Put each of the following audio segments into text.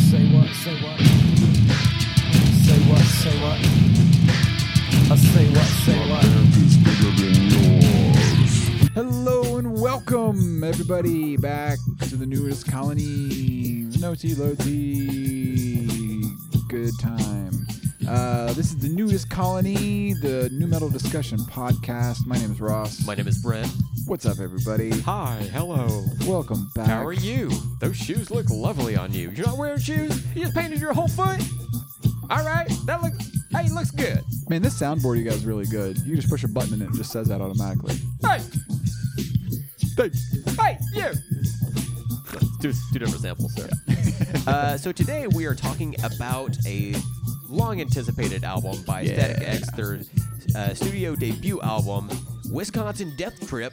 Say what? Say what? Say what? I say what? Say what? is bigger than yours. Hello and welcome, everybody, back to the newest colony. No tea, low tea. Good time. Uh, this is the newest colony, the New Metal Discussion Podcast. My name is Ross. My name is Brent. What's up, everybody? Hi, hello. Welcome back. How are you? Those shoes look lovely on you. You're not wearing shoes. You just painted your whole foot. All right, that looks. Hey, looks good. Man, this soundboard you got is really good. You just push a button and it just says that automatically. Hey, hey, you. Two, two different samples there. uh, so today we are talking about a long-anticipated album by Static X, their uh, studio debut album, Wisconsin Death Trip,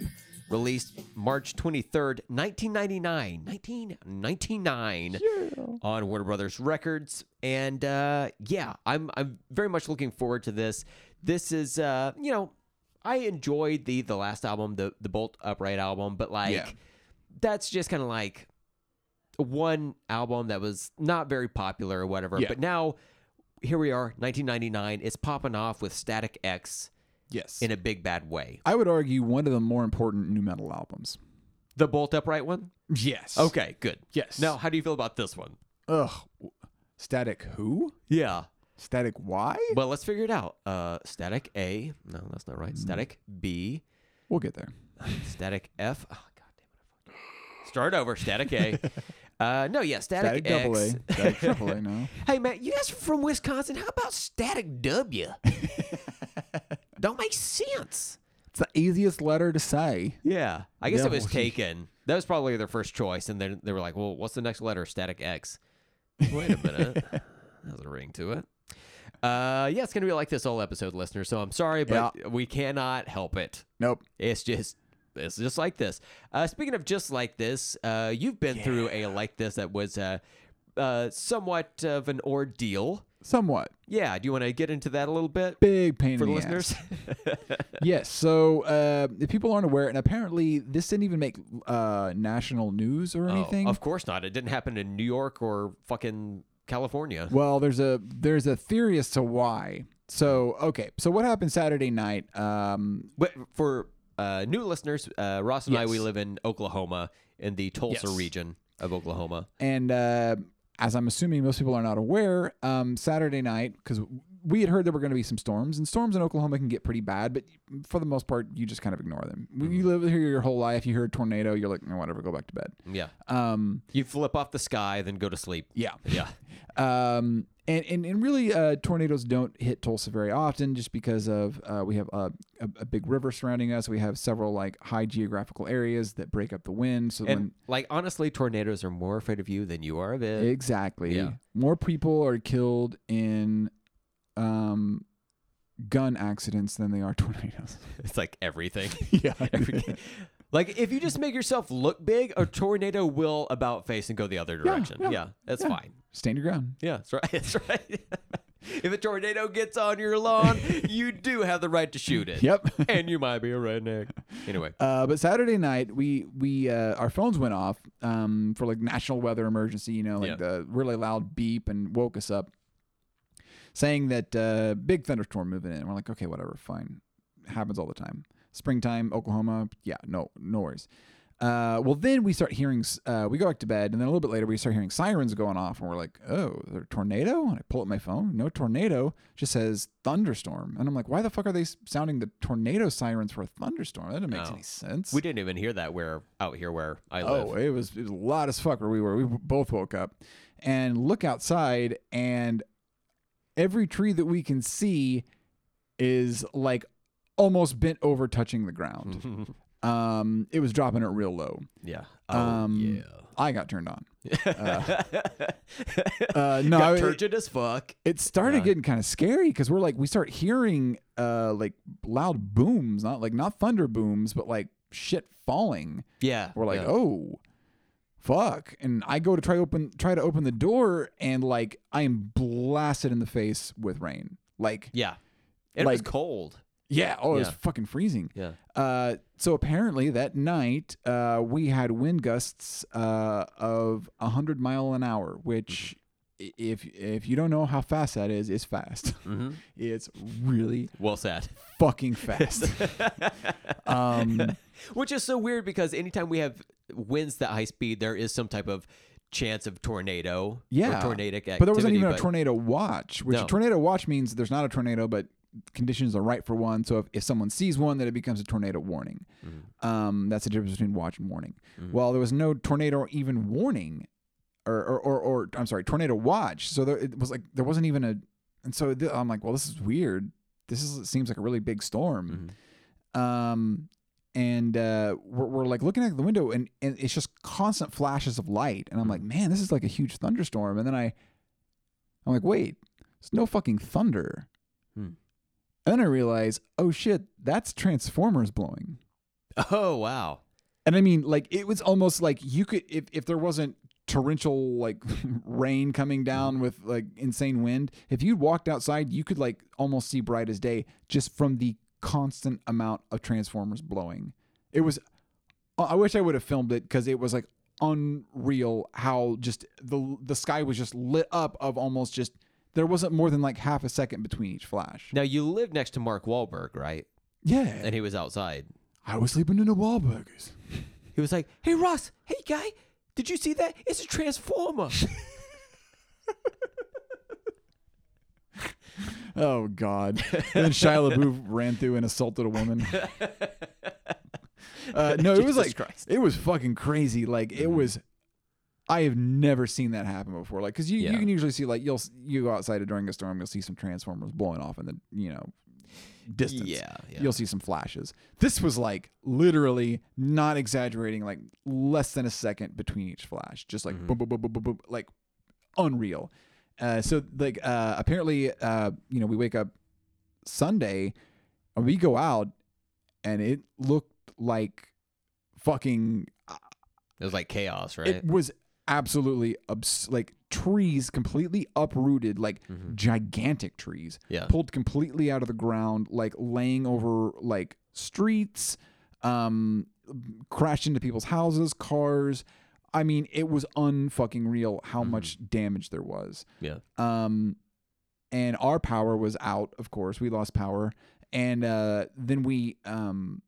released March 23rd, 1999. 1999. on Warner Brothers Records. And uh, yeah, I'm I'm very much looking forward to this. This is uh, you know, I enjoyed the the last album, the the Bolt Upright album, but like Yeah. that's just kind of like one album that was not very popular or whatever. Yeah. But now here we are, 1999. It's popping off with Static X Yes. in a big bad way. I would argue one of the more important new metal albums. The Bolt Upright one. Yes. Okay. Okay, good. Yes. Now, how do you feel about this one? Ugh. Static who? Yeah. Static why? Well, let's figure it out. Uh, static A. No, that's not right. Static B. We'll get there. Static F. Oh, God damn it. I fucked- Start over. Static A. Uh, no, yeah, static, Static double A. X. Static triple A, no. Hey, man, you guys are from Wisconsin. How about static W? Don't make sense. It's the easiest letter to say. Yeah. I guess it was Double E. taken. That was probably their first choice. And then they were like, well, what's the next letter? Static X. Wait a minute. that has a ring to it. Uh, yeah, it's going to be like this whole episode, listener. So I'm sorry, but we cannot help it. Nope. It's just it's just like this. Uh, speaking of just like this, uh, you've been through a like this that was uh, uh, somewhat of an ordeal. Somewhat. Yeah, do you want to get into that a little bit Big pain for in the the listeners? ass. yes. So uh, if people aren't aware, and apparently this didn't even make uh, national news or Oh, anything. of course not. It didn't happen in New York or fucking California. Well, there's a there's a theory as to why. So okay. So what happened Saturday night? Um, But for uh, new listeners, uh, Ross and I, we Yes. live in Oklahoma, in the Tulsa Yes. region of Oklahoma. and uh, as I'm assuming most people are not aware, um, Saturday night because we had heard there were going to be some storms, and storms in Oklahoma can get pretty bad, but for the most part, you just kind of ignore them. You live here your whole life. You hear a tornado, you're like, "Eh, whatever, go back to bed. Yeah. Um, Uh, You flip off the sky, then go to sleep. yeah. Yeah. Um, and, and, and really, uh, tornadoes don't hit Tulsa very often just because of uh, we have a, a, a big river surrounding us. We have several like high geographical areas that break up the wind. So And like honestly, tornadoes are more afraid of you than you are of it. when exactly Yeah. more people are killed in um, gun accidents than they are tornadoes. It's like everything. yeah. Every- like if you just make yourself look big, a tornado will about face and go the other direction. Yeah, yeah, that's yeah. fine. Stand your ground. Yeah, that's right. That's right. if a tornado gets on your lawn, you do have the right to shoot it. Yep. And you might be a redneck. Anyway. Uh, but Saturday night, we we uh, our phones went off um, for like national weather emergency. You know, like Yeah. the really loud beep and woke us up, saying that uh, big thunderstorm moving in. We're like, okay, whatever, fine, happens all the time. Springtime, Oklahoma, yeah, no, no worries. Uh, well, then we start hearing. s- Uh, we go back to bed, and then a little bit later, we start hearing sirens going off, and we're like, "Oh, is there a tornado!" And I pull up my phone. No tornado, just says thunderstorm, and I'm like, "Why the fuck are they s- sounding the tornado sirens for a thunderstorm? That doesn't make No. any sense." We didn't even hear that where out here where I live. Oh, it was, it was loud as fuck where we were. We both woke up and look outside, and every tree that we can see is like almost bent over, touching the ground. um, it was dropping it real low. yeah. Oh, um, I got turned on. Uh, uh, no, Got it- turgid as fuck. it started Yeah. getting kind of scary because we're like we start hearing uh like loud booms, not like not thunder booms, but like shit falling. Yeah. We're like, yeah. oh, fuck! And I go to try open try to open the door, and like I am blasted in the face with rain. Like, Yeah. And it was like- cold. yeah, oh, it was Yeah. fucking freezing. Yeah. Uh, so apparently that night, Mm-hmm. uh, we had wind gusts uh, of hundred mile an hour, which i- if if you don't know how fast that is, it's fast. Mm-hmm. it's really Well said. fucking fast. um, Which is so weird because anytime we have winds that high speed, there is some type of chance of tornado. yeah, Or tornadic activity. But there wasn't even a but- tornado watch. Which No. a tornado watch means there's not a tornado, but conditions are right for one. So if, if someone sees one, then it becomes a tornado warning. Mm-hmm. Um, that's the difference between watch and warning. Well, there was no tornado or even warning, or or, or or I'm sorry, tornado watch. So there, it was like there wasn't even a, and so th- I'm like, well, this is weird. This is it seems like a really big storm. Mm-hmm. Um, and uh, we're, we're like looking out the window, and, and it's just constant flashes of light. Mm-hmm. And I'm like, man, this is like a huge thunderstorm. And then I, I'm like, wait, there's no fucking thunder. Hmm. And then I realize, oh shit, that's transformers blowing. Oh wow. And I mean, like it was almost like you could if if there wasn't torrential like rain coming down with like insane wind, if you walked outside, you could like almost see bright as day just from the constant amount of transformers blowing. It was I I wish I would have filmed it cuz it was like unreal how just the the sky was just lit up of almost just there wasn't more than like half a second between each flash. Now you live next to Mark Wahlberg, right? Yeah. And he was outside. I was sleeping in the Wahlburgers. He was like, "Hey Ross, hey guy, did you see that? It's a transformer." Oh God! And then Shia LaBeouf ran through and assaulted a woman. Uh, no, it was Jesus like Christ. Mm-hmm. it was fucking crazy. Like it was, I have never seen that happen before. Like because you, Yeah. you can usually see like you'll s- you go outside during a storm, you'll see some transformers blowing off in the you know distance. Yeah, yeah. you'll see some flashes. This was like literally not exaggerating, like less than a second between each flash, just Mm-hmm. like boom, boom, boom, boom, boom, boom, like unreal. Uh, so like uh, apparently uh, you know we wake up Sunday and we go out and it looked like fucking it was like chaos, right? it was absolutely abs- like trees completely uprooted like Mm-hmm. gigantic trees Yeah. pulled completely out of the ground like laying over like streets um crashed into people's houses cars i mean it was unfucking real how much damage there was yeah. um, and our power was out. Of course, we lost power, and uh, then we um,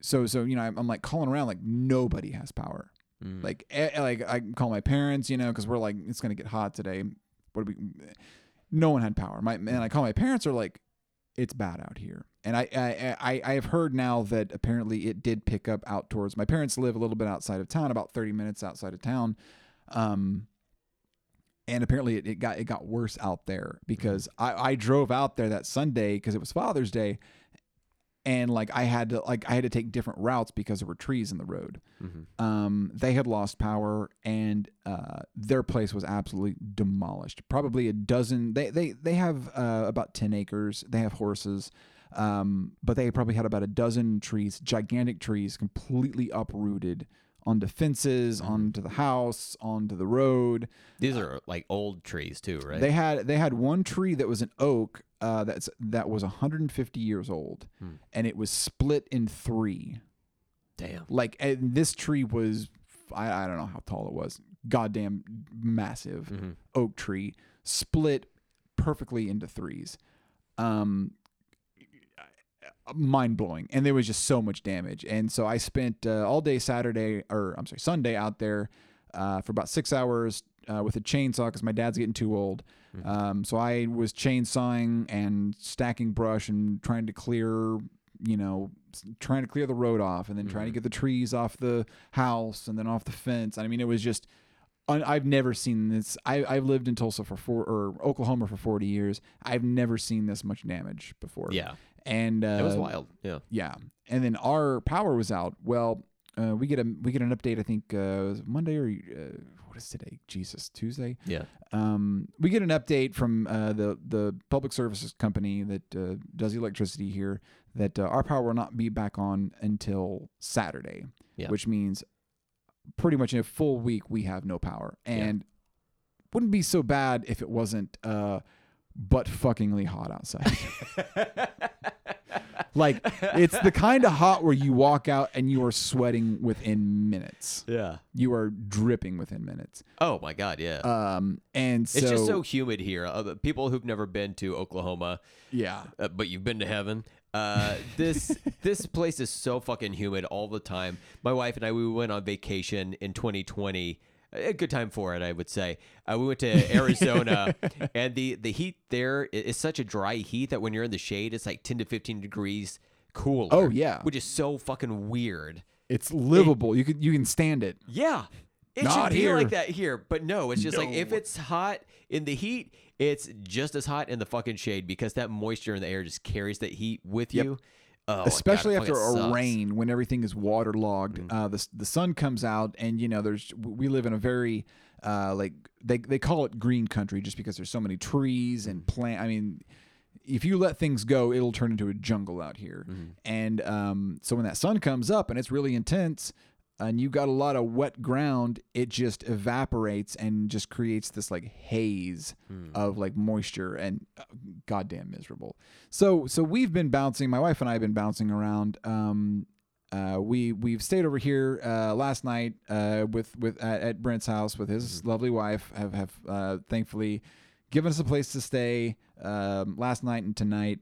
so so you know I'm, I'm like calling around like nobody has power. Like eh, like I call my parents, you know, because we're like it's gonna get hot today. What do we? eh, No one had power. My and I call my parents are like, it's bad out here. And I I I, I have heard now that apparently it did pick up out towards my parents live a little bit outside of town, about thirty minutes outside of town. Um, and apparently it, it got it got worse out there because I, I drove out there that Sunday because it was Father's Day, and like I had to like I had to take different routes because there were trees in the road. Um, they had lost power and uh, their place was absolutely demolished. Probably a dozen. They they they have uh, about ten acres. They have horses. Um, but they probably had about a dozen trees, gigantic trees, completely uprooted onto fences, onto the house, onto the road. These are like old trees too, right? They had they had one tree that was an oak uh, that's that was 150 years old, and it was split in three. Damn. Like and this tree was I, I don't know how tall it was, goddamn massive oak tree split perfectly into threes. Um, mind blowing, and there was just so much damage. And so I spent uh, all day Saturday, or I'm sorry, Sunday out there uh, for about six hours uh, with a chainsaw because my dad's getting too old. Um, so I was chainsawing and stacking brush and trying to clear, you know, s- trying to clear the road off, and then trying to get the trees off the house and then off the fence. I mean, it was just un- I've never seen this. I, I've lived in Tulsa for four or Oklahoma for 40 years. I've never seen this much damage before. Yeah. And uh, It was wild. Yeah. Yeah. And then our power was out. Well, uh, we get a we get an update. I think uh, it was Monday or uh, what is today? Jesus, Tuesday Yeah. um, we get an update from uh, the the public services company that uh, does electricity here that uh, our power will not be back on until Saturday, Yeah. which means pretty much in a full week we have no power, and wouldn't be so bad if it wasn't uh, butt fuckingly hot outside. Like it's the kind of hot where you walk out and you are sweating within minutes. Yeah. You are dripping within minutes. Oh my God. Yeah. Um, and so it's just so humid here. Uh, but people who've never been to Oklahoma, yeah, uh, but you've been to heaven. Uh, this this place is so fucking humid all the time. My wife and I we went on vacation in 2020. A good time for it, I would say. Uh, we went to Arizona, and the the heat there i- is such a dry heat that when you're in the shade, it's like 10 to 15 degrees cooler. Oh, yeah. which is so fucking weird. it's livable. you can you can stand it. Yeah. It Not should be here. like that here, but no, it's just like if No. it's hot in the heat, it's just as hot in the fucking shade because that moisture in the air just carries that heat with you. Oh, my God, it especially fucking after a sucks. Mm. rain when everything is waterlogged uh, the, s- the sun comes out and you know there's we live in a very uh, like they, they call it green country just because there's so many trees Mm. and plant i mean if you let things go it'll turn into a jungle out here Mm-hmm. and um, so when that sun comes up and it's really intense and you got a lot of wet ground it just evaporates and just creates this like haze of like moisture and uh, goddamn miserable so so we've been bouncing my wife and i have been bouncing around um uh, we we've stayed over here uh, last night uh, with with at, at Brent's house with his lovely wife. Have have uh, thankfully given us a place to stay um, last night and tonight.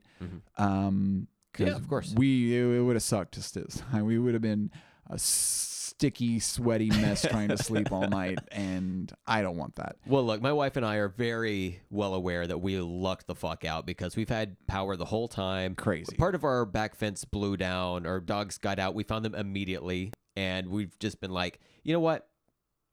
Um, 'cause Yeah, of course. We it, would have sucked to stay. We would have been a sticky, sweaty mess trying to sleep all night, and I don't want that. Well, look, my wife and I are very well aware that we lucked the fuck out because we've had power the whole time. Crazy. Part of our back fence blew down, our dogs got out. We found them immediately, and we've just been like, you know what?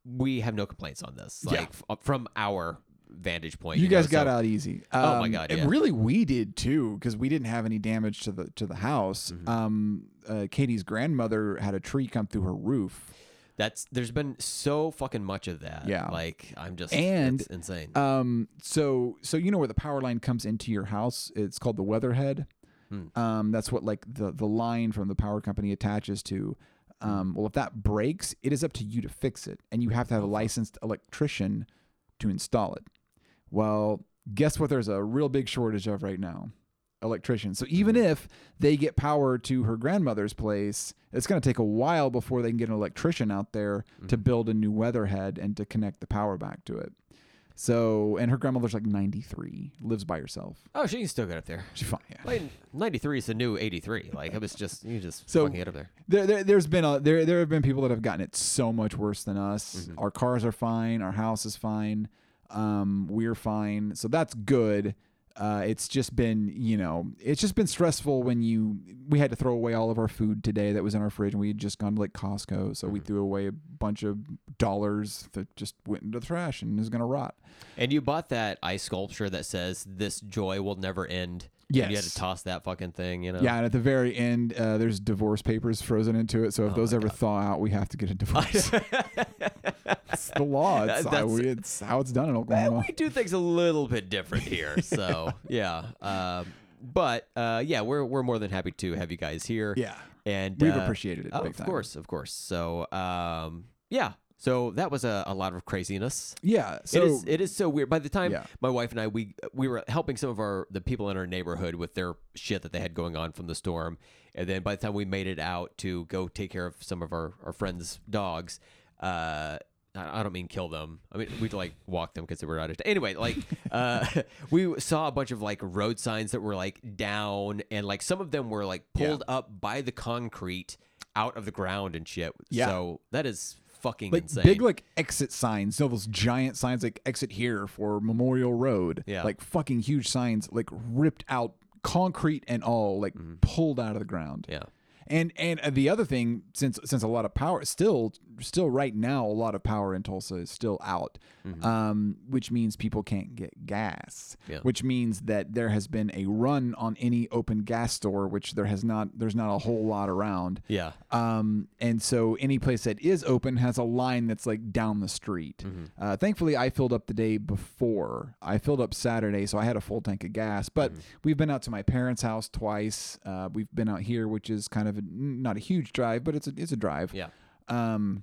We have no complaints on this. Like Yeah. f- from our vantage point. You, know, guys got so- out easy. Oh my Um, God, and yeah. really, we did too because we didn't have any damage to the to the house. Mm-hmm. Um, uh, Katie's grandmother had a tree come through her roof. That's there's been so fucking much of that. Yeah. like I'm just And, it's insane. Um, so so you know where the power line comes into your house? It's called the weatherhead. Um, that's what like the the line from the power company attaches to. Um, well, if that breaks, it is up to you to fix it, and you have to have a licensed electrician to install it. Well, guess what? There's a real big shortage of right now electricians. So even if they get power to her grandmother's place, it's going to take a while before they can get an electrician out there to build a new weatherhead and to connect the power back to it. So, and her grandmother's like 93, lives by herself. oh, she can still get up there. She's fine. Yeah. Like, 93 is the new 83. Like it was just you just So- fucking get up there. There, there, there's been a, there, there have been people that have gotten it so much worse than us. Our cars are fine. Our house is fine. Um, we're fine. So that's good. Uh, it's just been, you know, it's just been stressful when you, we had to throw away all of our food today that was in our fridge and we had just gone to like Costco. So we threw away a bunch of dollars that just went into the trash and is going to rot. And you bought that ice sculpture that says "This joy will never end." Yeah, you had Yes. to toss that fucking thing. You know. Yeah. And at the very end, uh, there's divorce papers frozen into it. So Oh if those ever thaw out, we have to get a divorce. it's the law. It's, That's- how, we- it's how it's done in Eh, Oklahoma. we do things a little bit different here. So yeah. Um, but uh, yeah, we're we're more than happy to have you guys here. Yeah. and We've uh, appreciated it oh, big of time. course, of course. So um, yeah. So that was a, a lot of craziness. Yeah. So it is it is so weird. By the time Yeah. my wife and I we we were helping some of our the people in our neighborhood with their shit that they had going on from the storm, and then by the time we made it out to go take care of some of our our friends' dogs, uh. I I don't mean kill them. I mean we'd like walk them because they were out of anyway. Like uh, we saw a bunch of like road signs that were like down, and like some of them were like pulled up by the concrete out of the ground and shit. Yeah. So that is fucking like insane. big like exit signs, you know, those giant signs like exit here for Memorial Road. Yeah. Like fucking huge signs like ripped out concrete and all like pulled out of the ground. Mm-hmm. yeah. And and uh, the other thing, since since a lot of power still still right now, a lot of power in Tulsa is still out, um, which means people can't get gas. Mm-hmm. Yeah. Which means that there has been a run on any open gas store, which there has not. There's not a whole lot around. Yeah. Um, and so any place that is open has a line that's like down the street. Uh, thankfully, I filled up the day before. I filled up Saturday, so I had a full tank of gas. But we've been out to my parents' house twice. Uh, we've been out here, which is kind of a, not a huge drive, but it's a it's a drive. Yeah. Um,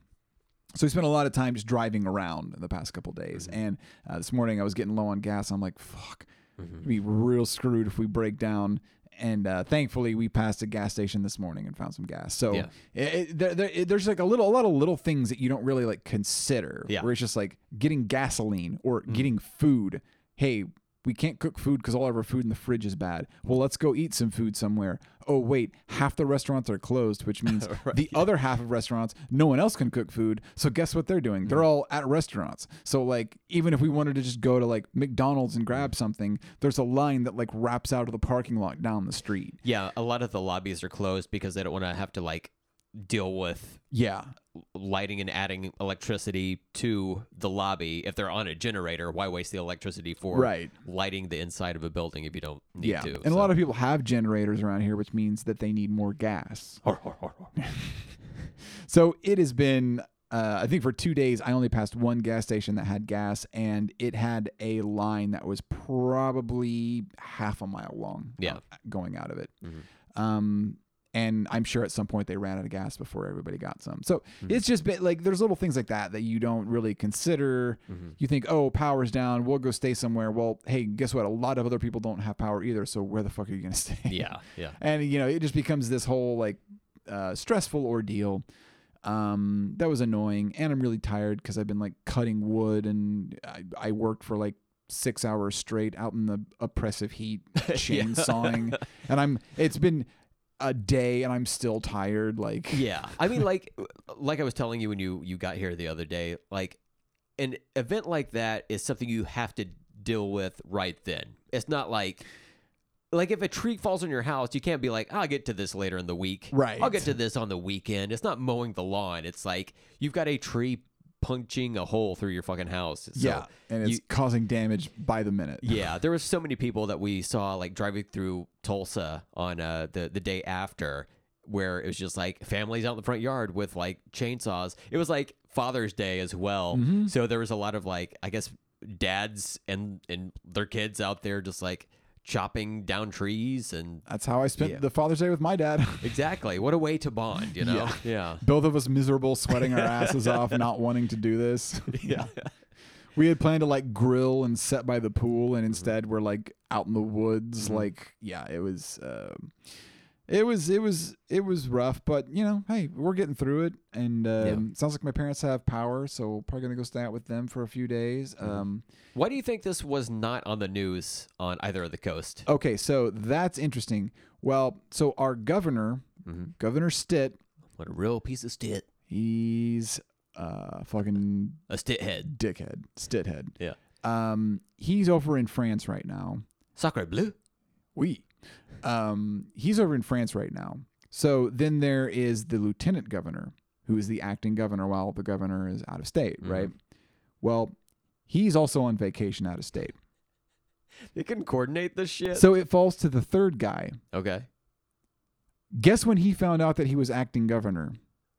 so we spent a lot of time just driving around in the past couple days. And uh, this morning I was getting low on gas. I'm like, fuck, we'd be real screwed if we break down. and uh, thankfully we passed a gas station this morning and found some gas. So Yeah. it, it, there, there, it- there's like a little, a lot of little things that you don't really like consider. Yeah. Where it's just like getting gasoline or getting food. Hey, we can't cook food because all of our food in the fridge is bad. Well, let's go eat some food somewhere. Oh wait, half the restaurants are closed, which means the other half of restaurants, no one else can cook food. So guess what they're doing? They're all at restaurants. So like, even if we wanted to just go to like McDonald's and grab something, there's a line that like wraps out of the parking lot down the street. Yeah, a lot of the lobbies are closed because they don't want to have to like deal with Yeah. lighting and adding electricity to the lobby if they're on a generator. Why waste the electricity for Right. lighting the inside of a building if you don't need Yeah. to? and a lot of people have generators around here, which means that they need more gas. So it has been, uh, I think for two days, I only passed one gas station that had gas, and it had a line that was probably half a mile long. Yeah. Mm-hmm. uh, going out of it. Um, and I'm sure at some point they ran out of gas before everybody got some. So it's just been like there's little things like that that you don't really consider. You think, oh, power's down, we'll go stay somewhere. Well, hey, guess what? A lot of other people don't have power either. So where the fuck are you gonna stay? yeah, yeah. and you know it just becomes this whole like uh, stressful ordeal um, that was annoying and i'm really tired because i've been like cutting wood and I, I worked for like six hours straight out in the oppressive heat chainsawing and i'm it's been a day and i'm still tired like Yeah. I mean like like I was telling you when you you got here the other day, like an event like that is something you have to deal with right then. It's not like like if a tree falls on your house, you can't be like, I'll get to this later in the week. Right. I'll get to this on the weekend. It's not mowing the lawn. It's like you've got a tree punching a hole through your fucking house. So yeah and it's you- causing damage by the minute yeah, there was so many people that we saw like driving through Tulsa on uh, the the day after, where it was just like families out in the front yard with like chainsaws. It was like Father's Day as well, so there was a lot of like I guess dads and and their kids out there just like chopping down trees and that's how i spent Yeah. the father's day with my dad exactly what a way to bond, you know? Yeah, both of us miserable sweating our asses off not wanting to do this yeah we had planned to like grill and set by the pool and instead we're like out in the woods like yeah it was um it was it was it was rough but you know hey we're getting through it and um, sounds like my parents have power so probably gonna go stay out with them for a few days um Why do you think this was not on the news on either of the coast? okay so that's interesting well so our governor governor stitt What a real piece of stit, he's uh fucking a stit head. dickhead stitt head Yeah, Um, he's over in France right now. sacre bleu. We. Um, he's over in France right now. So then there is the lieutenant governor, who is the acting governor while the governor is out of state, right? Well, he's also on vacation out of state. They can coordinate this shit. So it falls to the third guy. Okay. Guess when he found out that he was acting governor?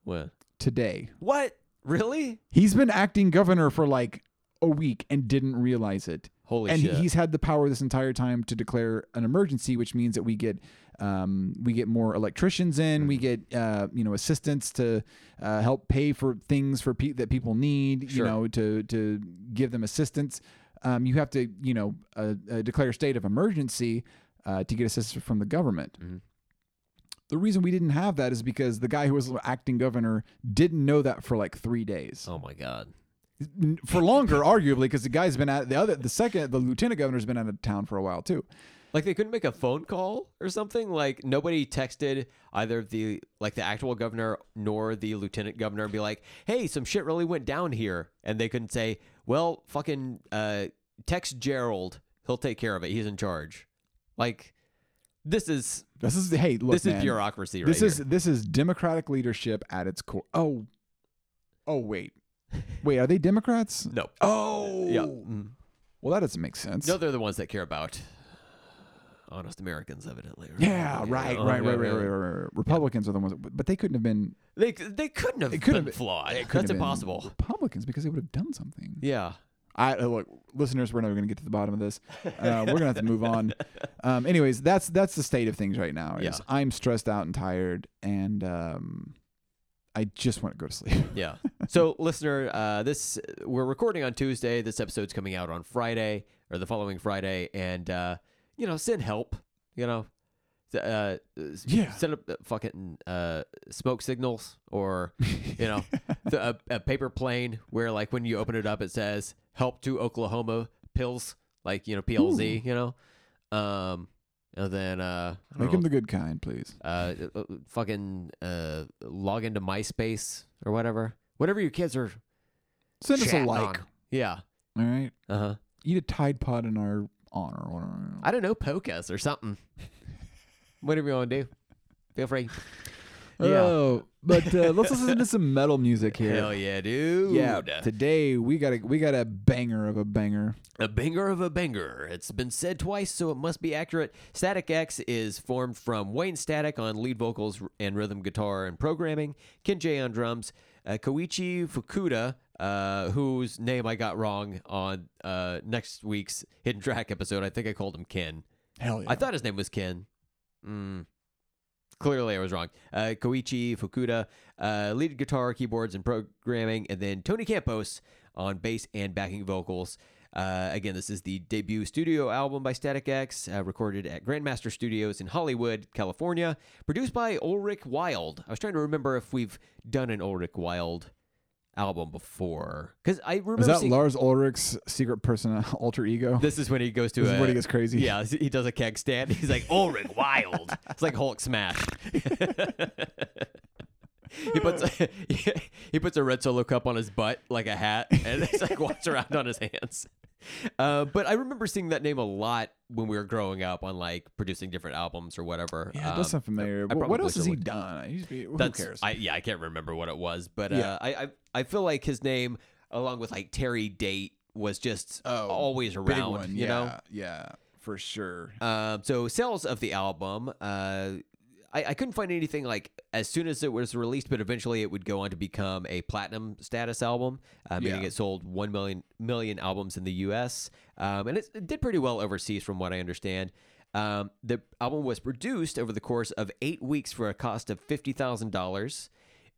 What? Today. What? Really? He's been acting governor for like a week and didn't realize it. Holy and shit. he's had the power this entire time to declare an emergency, which means that we get um, we get more electricians in, we Mm-hmm. get uh, you know assistants to uh, help pay for things for pe- that people need, Sure. you know, to to give them assistance. Um, you have to you know uh, uh, declare a state of emergency uh, to get assistance from the government. Mm-hmm. The reason we didn't have that is because the guy who was acting governor didn't know that for like three days oh my god. n- for longer, arguably, because the guy's been out the other the second the lieutenant governor's been out of town for a while too. Like they couldn't make a phone call or something. Like nobody texted either the like the actual governor nor the lieutenant governor and be like, "Hey, some shit really went down here," and they couldn't say, "Well, fucking uh, text Gerald. He'll take care of it. He's in charge." Like this is This is hey, look, this is man, bureaucracy right This is here. this is democratic leadership at its core. Oh, oh wait, wait, are they Democrats? no. Oh, Yeah. Mm. Well, that doesn't make sense. No, they're the ones that care about honest Americans, evidently. yeah, right, right, right, Okay. right, right, right, right, right. Republicans are the ones, that- but they couldn't have been. They they couldn't have It could been have been- flawed. it could That's have been impossible. Republicans because they would have done something. Yeah. I uh, look, listeners, we're never going to get to the bottom of this. Uh, we're going to have to move on. Um, anyways, that's that's the state of things right now. Is Yeah. I'm stressed out and tired, and um, I just want to go to sleep. Yeah. So, listener, uh, this we're recording on Tuesday. This episode's coming out on Friday or the following Friday, and uh, you know, send help. You know, uh, Yeah. set up uh, fucking uh, smoke signals or you know the, a, a paper plane where like when you open it up it says help to Oklahoma pills like you know PLZ you know um and then uh, I Make don't him know, the good kind, please. uh, uh, fucking uh, log into MySpace or whatever whatever your kids are Send us a chatting like. on. yeah All right. uh huh Eat a Tide Pod in our honor. or whatever. I don't know poke us or something whatever you want to do feel free yeah. Oh, but uh, let's listen to some metal music here. hell yeah dude Yeah, today we got a we got a banger of a banger. A banger of a banger. It's been said twice, so it must be accurate. Static X is formed from Wayne Static on lead vocals and rhythm guitar and programming, Ken Jay on drums, uh, Koichi Fukuda, uh, whose name I got wrong on uh, next week's Hidden Track episode. I think I called him Ken. Hell yeah! I thought his name was Ken. Mm. Clearly, I was wrong. Uh, Koichi Fukuda, uh, lead guitar, keyboards, and programming, and then Tony Campos on bass and backing vocals. Uh, again, this is the debut studio album by Static X, uh, recorded at Grandmaster Studios in Hollywood, California, produced by Ulrich Wild. I was trying to remember if we've done an Ulrich Wild album before, because I remember Is that seeing- Lars Ulrich's secret person alter ego? this is when he goes to This a, is when he gets crazy. Yeah, he does a keg stand. He's like Ulrich Wild. It's like Hulk smash. he puts a, he puts a red solo cup on his butt like a hat, and it's like walks around on his hands. Uh, but I remember seeing that name a lot when we were growing up on like producing different albums or whatever. yeah, it Um, does sound familiar. Wh- what probably else has should he look- done? He's, be- who that's, cares? I, yeah, I can't remember what it was, but Yeah. uh, I, I I feel like his name, along with like Terry Date, was just Oh, always Big around. one. You yeah, know, yeah, for sure. Um, so sales of the album, uh, I, I couldn't find anything like as soon as it was released, but eventually it would go on to become a platinum status album, uh, meaning Yeah. it sold one million million albums in the U.S. Um, and it's- it did pretty well overseas, from what I understand. Um, the album was produced over the course of eight weeks for a cost of fifty thousand dollars,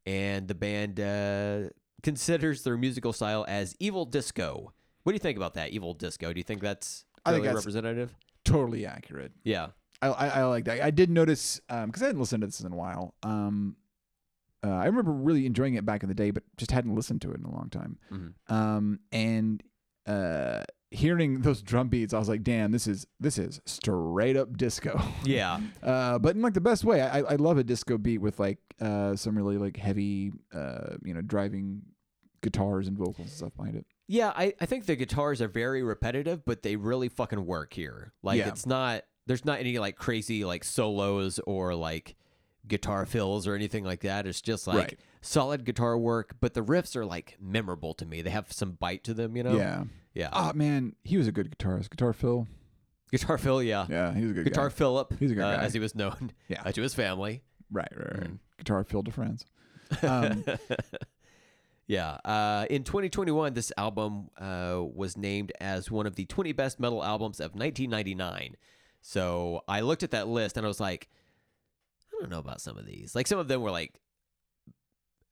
and the band uh, considers their musical style as evil disco. What do you think about that evil disco? Do you think that's I really think that's- representative? Totally accurate. Yeah. I, I, I like that. I did notice because I hadn't listened to this in a while. Um, uh, I remember really enjoying it back in the day, but just hadn't listened to it in a long time. Mhm. Um, and uh, hearing those drum beats, I was like, "Damn, this is this is straight up disco." Yeah. Uh, but in like the best way. I, I love a disco beat with like uh, some really like heavy, uh, you know, driving guitars and vocals and stuff behind it. Yeah, I, I think the guitars are very repetitive, but they really fucking work here. Like Yeah. it's not there's not any like crazy like solos or like guitar fills or anything like that. It's just like Right. solid guitar work, but the riffs are like memorable to me. They have some bite to them, you know? Yeah. Yeah. Oh man, he was a good guitarist. Guitar Phil. guitar Phil, yeah. Yeah, he was a good guitar guy. Philip, He's a good uh, guy. as he was known Yeah. uh, to his family. Right, right, right. Mhm. Guitar Phil to friends. Um, Yeah. Uh, in 2021, this album uh, was named as one of the 20 best metal albums of 1999. So I looked at that list and I was like, I don't know about some of these. Like some of them were like,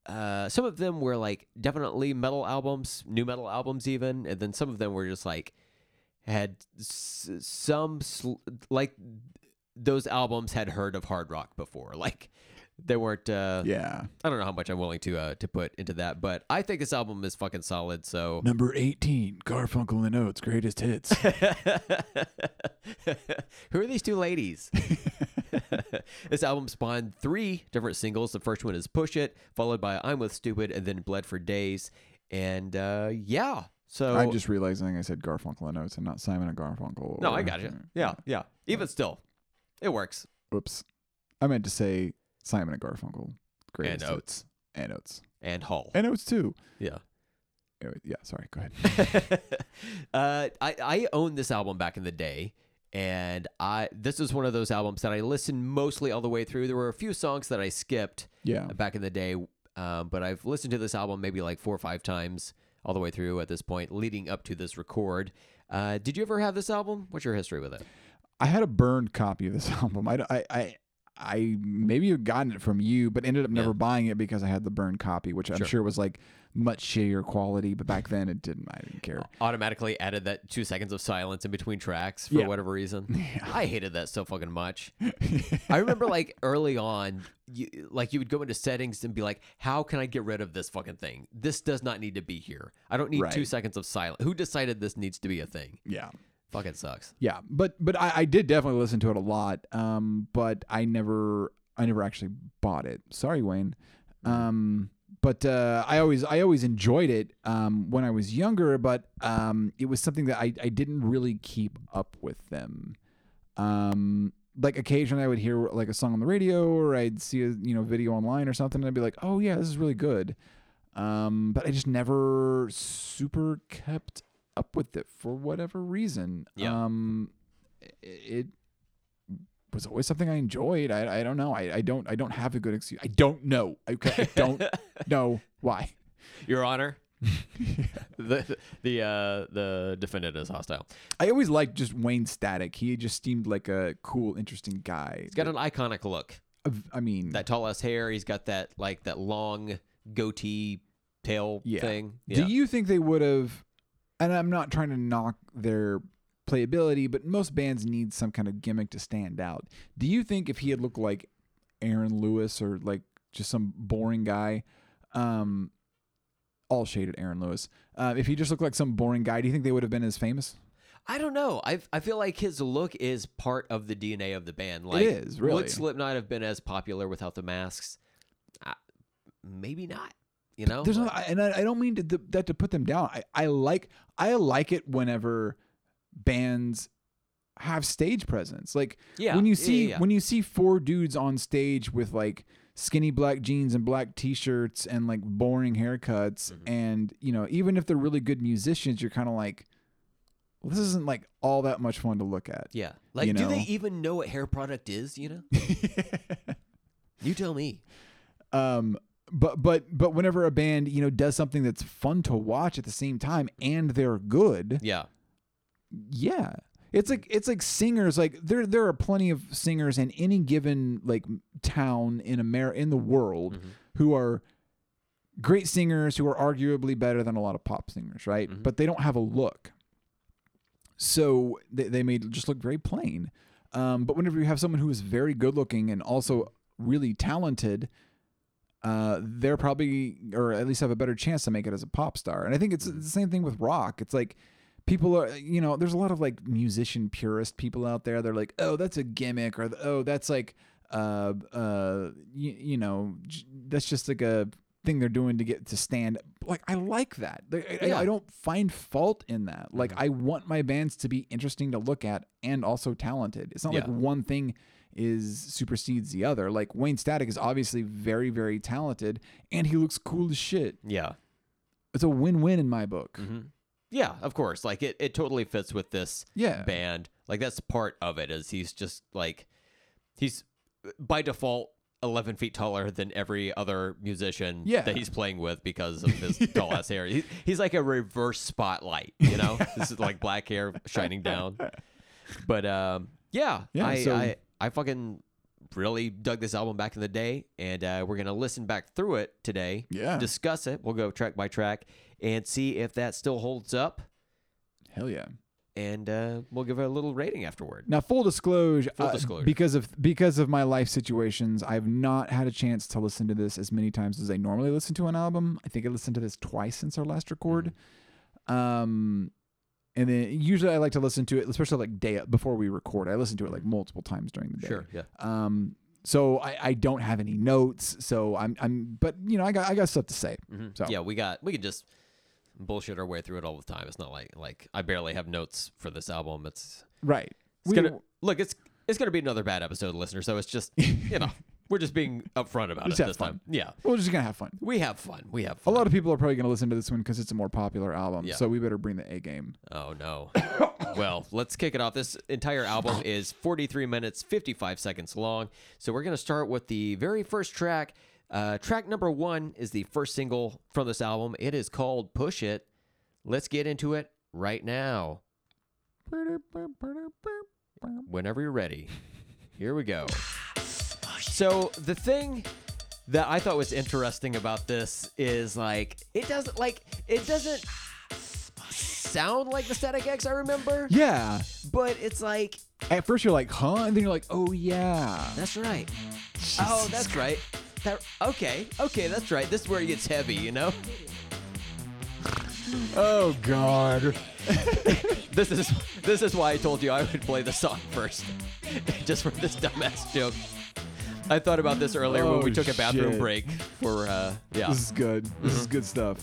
uh, some of them were like definitely metal albums, new metal albums even, and then some of them were just like had s- some sl- like those albums had heard of hard rock before. Like they weren't. Uh, yeah. I don't know how much I'm willing to uh, to put into that, but I think this album is fucking solid. So Number 18, Garfunkel and Oates, greatest hits. Who are these two ladies? this album spawned three different singles. The first one is Push It, followed by I'm With Stupid, and then Bled for Days. And uh, yeah. So I'm just realizing I said Garfunkel and Oates and not Simon and Garfunkel. No, I or- got you. Yeah, yeah. Even still, it works. Oops. I meant to say Simon and Garfunkel, greatest And Oates. hits. And Oates. And Hull. And Oates too. yeah. Anyway, yeah, sorry, go ahead. uh, I, I owned this album back in the day, and I this is one of those albums that I listened mostly all the way through. There were a few songs that I skipped Yeah. back in the day, um, but I've listened to this album maybe like four or five times all the way through at this point, leading up to this record. Uh, did you ever have this album? What's your history with it? I had a burned copy of this album. I, I, I, I maybe have gotten it from you, but ended up never Yeah. buying it because I had the burned copy, which I'm Sure. sure was like much shittier quality, but back then it didn't. I didn't Oh. care. Automatically added that two seconds of silence in between tracks for Yeah. whatever reason. I hated that so fucking much. I remember like early on, you, like you would go into settings and be like, "How can I get rid of this fucking thing? This does not need to be here. I don't need two Right. seconds of silence. Who decided this needs to be a thing? Yeah. Fucking sucks." Yeah, but but I, I did definitely listen to it a lot. Um, but I never I never actually bought it. Sorry, Wayne. Mm-hmm. Um, but uh, I always I always enjoyed it um, when I was younger. But um, it was something that I I didn't really keep up with them. Um, like occasionally I would hear like a song on the radio or I'd see a you know video online or something, and I'd be like, oh yeah, this is really good. Um, but I just never super kept up with it for whatever reason. Yeah. Um, i- it was always something I enjoyed. I, I don't know. I, I don't I don't have a good excuse. I don't know. Okay, I don't know why. Your Honor, the the uh, the defendant is hostile. I always liked just Wayne Static. He just seemed like a cool, interesting guy. He's got an iconic look. I mean, That tall ass hair. He's got that like that long goatee tail Yeah. thing. Do you think they would have? And I'm not trying to knock their playability, but most bands need some kind of gimmick to stand out. Do you think if he had looked like Aaron Lewis or like just some boring guy, um, all shaded Aaron Lewis, uh, if he just looked like some boring guy, do you think they would have been as famous? I don't know. I I feel like his look is part of the DNA of the band. Like, is, really. Would Slipknot have been as popular without the masks? Uh, maybe not. You know, There's no, and I, I don't mean to, that to put them down. I, I like I like it whenever bands have stage presence. Like Yeah, when yeah, you see yeah, yeah. when you see four dudes on stage with like skinny black jeans and black t-shirts and like boring haircuts Mm-hmm. and you know even if they're really good musicians you're kind of like well, this isn't like all that much fun to look at. yeah. Like, you do they know. even know what hair product is? You know, you tell me. um but but but whenever a band, you know, does something that's fun to watch at the same time and they're good, Yeah, yeah it's like it's like singers like there there are plenty of singers in any given like town in america in the world who are great singers who are arguably better than a lot of pop singers right but they don't have a look so they, they may just look very plain um, but whenever you have someone who is very good looking and also really talented uh, they're probably or at least have a better chance to make it as a pop star. And I think it's the same thing with rock. It's like people are you know, there's a lot of like musician purist people out there. They're like, oh, that's a gimmick, or oh, that's like uh uh you, you know j- that's just like a thing they're doing to get to stand like i like that They- I, Yeah. I don't find fault in that like i want my bands to be interesting to look at and also talented it's not like Yeah. one thing is supersedes the other. Like Wayne Static is obviously very, very talented, and he looks cool as shit. yeah. It's a win-win in my book. Mm-hmm. Yeah, of course. Like it, it totally fits with this Yeah. band. Like that's part of it is he's just like he's by default eleven feet taller than every other musician Yeah. that he's playing with because of his tall ass hair. He, he's like a reverse spotlight, you know? this is like black hair shining down. But um yeah, Yeah, I, so- I I fucking really dug this album back in the day and uh, we're gonna listen back through it today. Yeah. Discuss it. We'll go track by track and see if that still holds up Hell yeah. and uh, we'll give it a little rating afterward. Now, full disclosure, Full uh, disclosure. because of because of my life situations, I've not had a chance to listen to this as many times as I normally listen to an album. I think I listened to this twice since our last record. Mm-hmm. Um, and then usually I like to listen to it, especially like day before we record. I listen to it like multiple times during the day. Sure, yeah. Um, so I, I don't have any notes. So I'm I'm, but you know I got I got stuff to say. So Mm-hmm. Yeah, we got we can just bullshit our way through it all the time. It's not like like I barely have notes for this album. It's right. it's We- gonna look it's it's gonna be another bad episode, listener. So it's just you know we're just being upfront about Just it have this fun. time. Yeah, we're just gonna have fun. we have fun. We have A fun. lot of people are probably gonna listen to this one because it's a more popular album. Yeah. So we better bring the A game. Oh no. well, let's kick it off. This entire album is 43 minutes 55 seconds long. So we're going to start with the very first track. Uh, track number one is the first single from this album. It is called "Push It." Let's get into it right now. Whenever you're ready, here we go. So the thing that I thought was interesting about this is like it doesn't like it doesn't sound like the Static X I remember, Yeah. but it's like At first you're like, huh? And then you're like, oh yeah. that's right. Oh, that's right. That, okay, okay, that's right. This is where it gets heavy, you know. Oh god. This is this is why I told you I would play the song first, just for this dumbass joke. I thought about this earlier when we Oh, took a bathroom shit. break for uh, yeah. This is good. This is good stuff.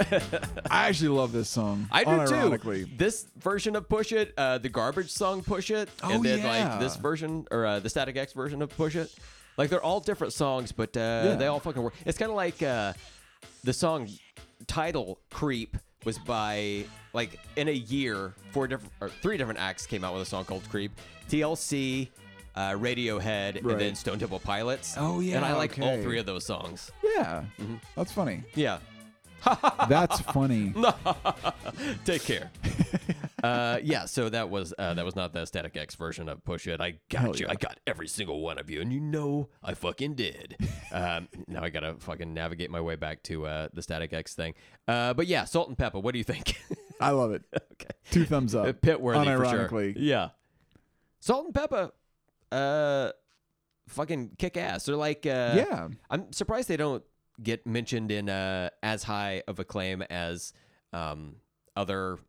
I actually love this song. Mm-hmm. I do too. unironically. This version of Push It, uh, the garbage song Push It, Oh, and then yeah. like this version or uh, the Static X version of Push It. Like they're all different songs, but uh, they all fucking work. It's kind of like uh, the song title "Creep" was by like in a year four different or three different acts came out with a song called "Creep." TLC, uh, Radiohead, Right. and then Stone Temple Pilots. Oh, and I yeah, like all okay. three of those songs. Yeah. Mm-hmm. That's funny. Yeah. That's funny. Take care. uh, yeah, so that was uh, that was not the Static X version of Push It. I got Hell you. yeah. I got every single one of you, and you know I fucking did. um, now I gotta fucking navigate my way back to uh, the Static X thing. Uh, but yeah, Salt and Pepper. What do you think? I love it. okay, Two thumbs up. pit worthy for sure. Uh, Unironically. Yeah, Salt and Pepper. Uh, fucking kick ass. They're like uh, Yeah. I'm surprised they don't get mentioned in uh, as high of a claim as um, other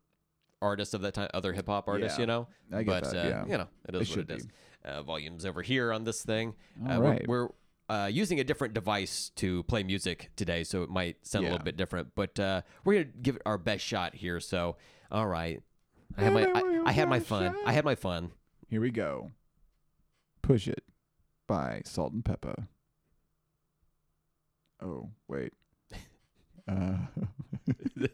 artists of that time, other hip hop artists, Yeah. you know. I get but that, uh, yeah. you know, it is They what should it is. be. Uh, volumes over here on this thing. uh, All we're- right. We're, uh, using a different device to play music today, so it might sound a Yeah. little bit different. But uh, we're gonna give it our best shot here. So, all right. I had my I, I had my fun. I had my fun. Here we go. Push It by Salt and Pepper. Oh, wait. Uh,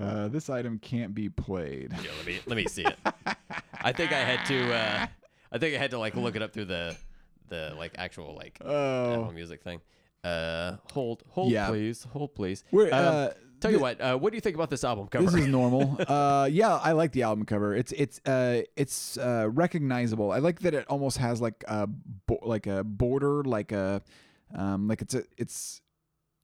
uh, this item can't be played. Yeah, let me let me see it. I think I had to. Uh, I think I had to like look it up through the the like actual like Apple Oh. Music thing. Uh, hold, hold, Yeah. please, hold, please. We're, Um, uh, tell you what, uh, what do you think about this album cover? This is normal. uh, yeah, I like the album cover. It's it's uh, it's uh, recognizable. I like that it almost has like a bo- like a border, like a um, like it's a it's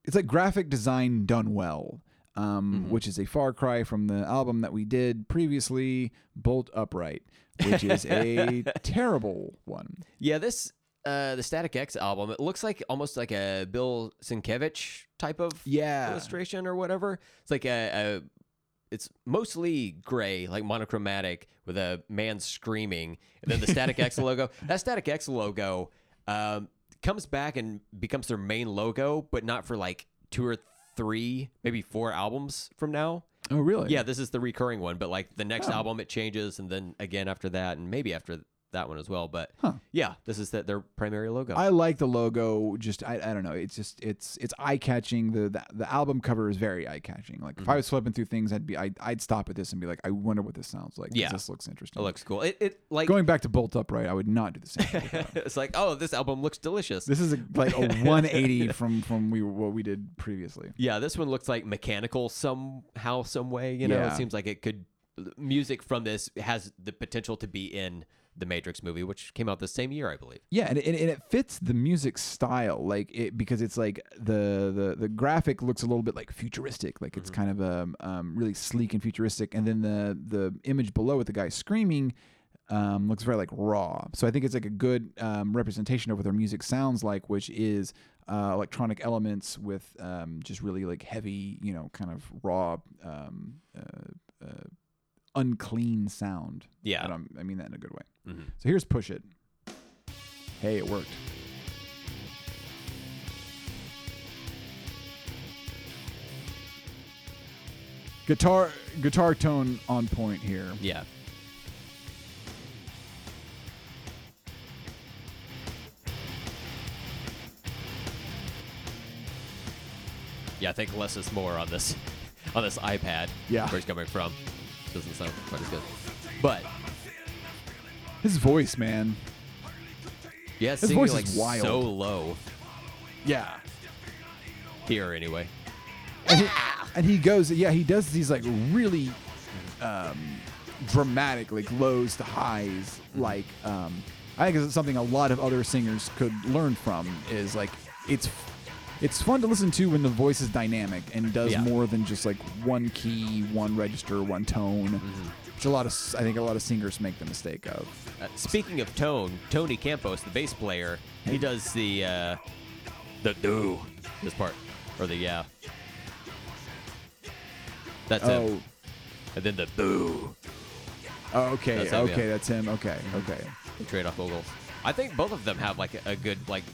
it's like graphic design done well, um, which is a far cry from the album that we did previously, Bolt Upright, which is a terrible one. yeah, this uh, the Static X album. It looks like almost like a Bill Sienkiewicz type of Yeah, illustration or whatever. It's like a, a it's mostly gray, like monochromatic, with a man screaming, and then the Static X logo. That Static X logo um, comes back and becomes their main logo, but not for like two or three, maybe four albums from now. Oh really? Yeah, this is the recurring one, but like the Oh. next album it changes, and then again after that, and maybe after that one as well. But yeah, this is that their primary logo. I like the logo. Just I, I don't know. It's just it's it's eye catching. The, the the album cover is very eye catching. Like if Mm-hmm. I was flipping through things, I'd be I'd, I'd stop at this and be like, I wonder what this sounds like. 'cause Yeah. this looks interesting. it looks cool. It, it like Going back to bolt upright, I would not do the same. it's like oh, this album looks delicious. this is a, like a 180 from from we what we did previously. Yeah, this one looks like mechanical somehow, some way. You know, Yeah. it seems like it could. Music from this has the potential to be in the Matrix movie, which came out the same year, I believe. Yeah, and, and, and it fits the music style, like it because it's like the the, the graphic looks a little bit like futuristic, like it's kind of um, um really sleek and futuristic, and then the the image below with the guy screaming um, looks very like raw. So I think it's like a good um, representation of what their music sounds like, which is uh, electronic elements with um, just really like heavy, you know, kind of raw, um, uh, uh, unclean sound. Yeah. Mm-hmm. I, don't- I mean that in a good way. So here's push it. Hey, it worked. Guitar guitar tone on point here. Yeah. Yeah, I think less is more on this on this iPad. Yeah. Where it's coming from. Doesn't sound quite as good. But His voice, man. yeah, it's His singing voice like is wild. so low Yeah. here anyway. And he, and he goes, yeah, he does these like really um, dramatic, like lows to Mm-hmm. highs. Like um, I think it's something a lot of other singers could learn from is like it's it's fun to listen to when the voice is dynamic and does Yeah. more than just like one key, one register, one tone, Mm-hmm. which a lot of s- I think a lot of singers make the mistake of. Uh, speaking of tone, Tony Campos, the bass player, he does the uh, the do this part or the yeah. That's Oh, him, and then the boo oh, okay, That's him, okay, yeah. that's him. Okay, okay. the trade-off vocals. I think both of them have like a good like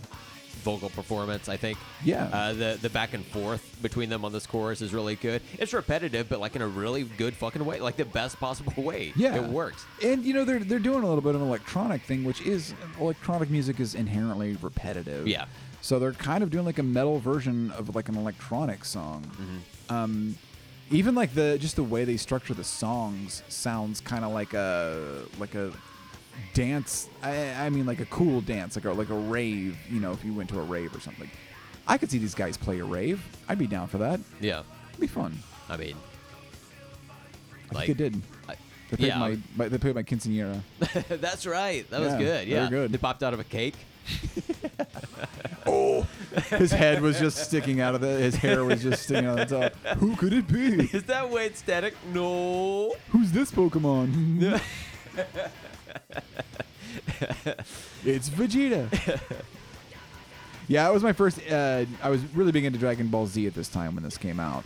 vocal performance. I think Yeah. uh, the the back and forth between them on this chorus is really good. It's repetitive, but like in a really good fucking way, like the best possible way. Yeah, it works. And you know they're they're doing a little bit of an electronic thing, which is electronic music is inherently repetitive. Yeah. So they're kind of doing like a metal version of like an electronic song. Mm-hmm. Um, even like the just the way they structure the songs sounds kind of like a like a dance. I, I mean like a cool dance, like a like a rave. You know, if you went to a rave or something, I could see these guys play a rave. I'd be down for that. Yeah, It'd be fun. I mean, I Like- think they did. I, They played yeah. my, my they played my quinceanera. That's right. That was Yeah, good. they were Yeah, good. They popped out of a cake. His head was just sticking out of the. His hair was just sticking out of the top. Who could it be? Is that Wade Static? No. Who's this Pokemon? it's Vegeta. Yeah, it was my first. Uh, I was really big into Dragon Ball Z at this time when this came out,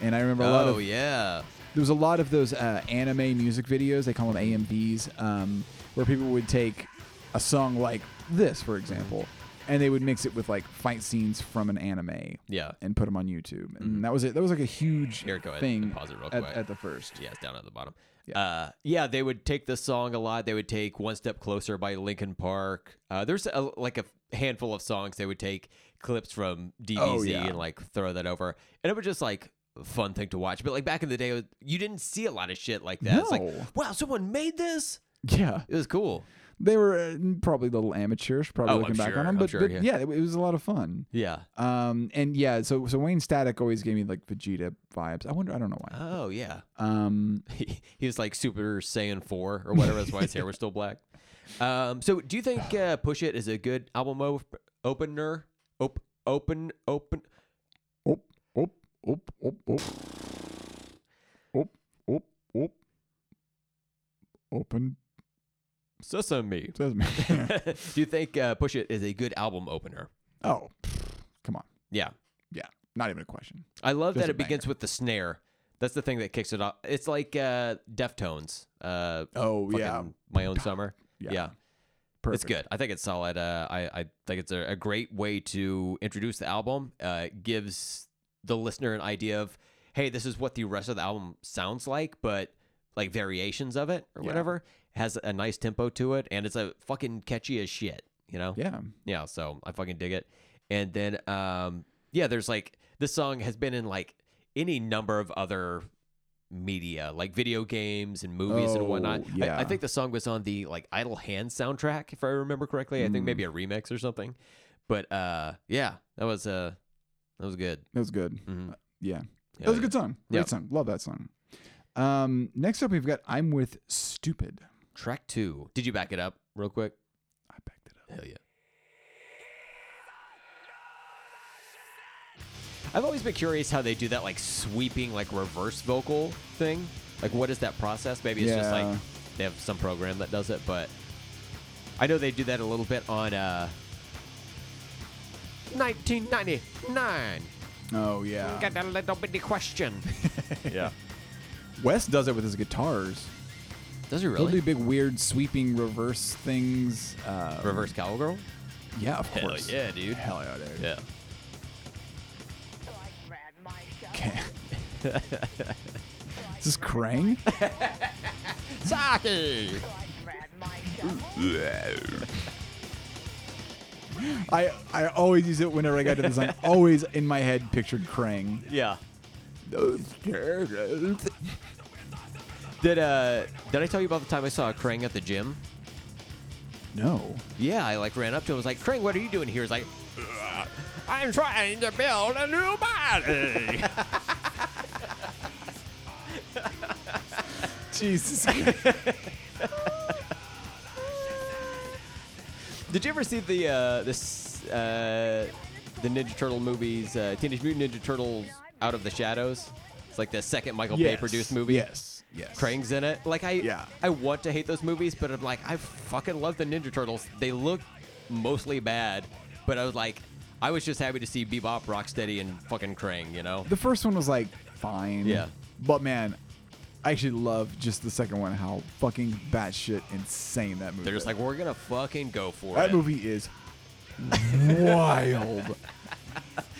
and I remember a lot Oh of yeah. there was a lot of those uh, anime music videos. They call them AMVs, um, where people would take a song like this, for example, and they would mix it with like fight scenes from an anime. Yeah. and put them on YouTube, and that was it. That was like a huge Mm-hmm. Here, go ahead thing and pause it real at, quick. at the first. Yeah, it's down at the bottom. Yeah. Uh, yeah, they would take this song a lot. They would take "One Step Closer" by Linkin Park. Uh, there's a, like a handful of songs they would take clips from DBZ Oh, yeah. and like throw that over, and it was just like a fun thing to watch. But like back in the day, you didn't see a lot of shit like that. It's No. like, wow, someone made this. Yeah, It was cool. they were uh, probably a little amateurish, probably Oh, I'm looking back sure, on them, I'm but, sure, but yeah. yeah, it, it was a lot of fun. Yeah. Um, and yeah, so so Wayne Static always gave me like Vegeta vibes. I wonder, I don't know why. Oh yeah. Um, he, he was like Super Saiyan 4 or whatever. That's why his hair was still black. Um, so do you think uh, Push It is a good album op- opener? Op- open, open. op, op, op, op, op, op, op, op, open Sesame. sesame. do you think uh, Push It is a good album opener? oh, pfft, come on, Yeah. yeah, not even a question. I love Just that a it begins with the snare. That's the thing that kicks it off. It's like uh, Deftones. Uh, Oh yeah, fucking My Own Summer. Yeah. yeah. perfect. It's good. I think it's solid. Uh, I, I think it's a, a great way to introduce the album. Uh, it gives the listener an idea of, hey, this is what the rest of the album sounds like, but like variations of it or Yeah. whatever. Has a nice tempo to it, and it's a fucking catchy as shit. You know? Yeah, Yeah. So I fucking dig it. And then, um, yeah, there's like this song has been in like any number of other media, like video games and movies and whatnot. Oh, I- I, yeah. think the song was on the like Idle Hand soundtrack, if I remember correctly. I think maybe a Mm. remix or something. But uh, yeah, that was uh, that was good. that was good. Mhm. Uh, yeah. Yeah, That was a good song. Great Yeah. song. Love that song. Um, next up, we've got "I'm with Stupid." Track two. Did you back it up real quick? I backed it up. Hell yeah. I've always been curious how they do that, like sweeping, like reverse vocal thing. Like, what is that process? Maybe it's just Yeah. like they have some program that does it, but I know they do that a little bit on uh, 1999. Oh yeah. Got a little bitty question. yeah. Wes does it with his guitars. Does it He'll really? do big, weird, sweeping reverse things. Uh, reverse cowgirl? yeah, of Hell course. yeah, dude. Hell yeah, dude. Yeah. Okay. Is this Krang? Saki! I I always use it whenever I got to this line. Always in my head pictured Krang. Yeah. Did Did uh did I tell you about the time I saw a Krang at the gym? No. Yeah, I like ran up to him. I was like, Krang, what are you doing here? He's like, "Ugh, I'm trying to build a new body. Jesus. did you ever see the uh this uh the Ninja Turtle movies, uh, Teenage Mutant Ninja Turtles Out of the Shadows. It's like the second Michael Bay Yes. produced movie. Yes. Yes. Krang's in it. Like I, Yeah. I want to hate those movies, but I'm like, I fucking love the Ninja Turtles. They look mostly bad, but I was like, I was just happy to see Bebop, Rocksteady, and fucking Krang. You know? The first one was like fine. Yeah. But man, I actually love just the second one. How fucking batshit insane that movie. They're just is. like, we're gonna fucking go for that it. movie is wild.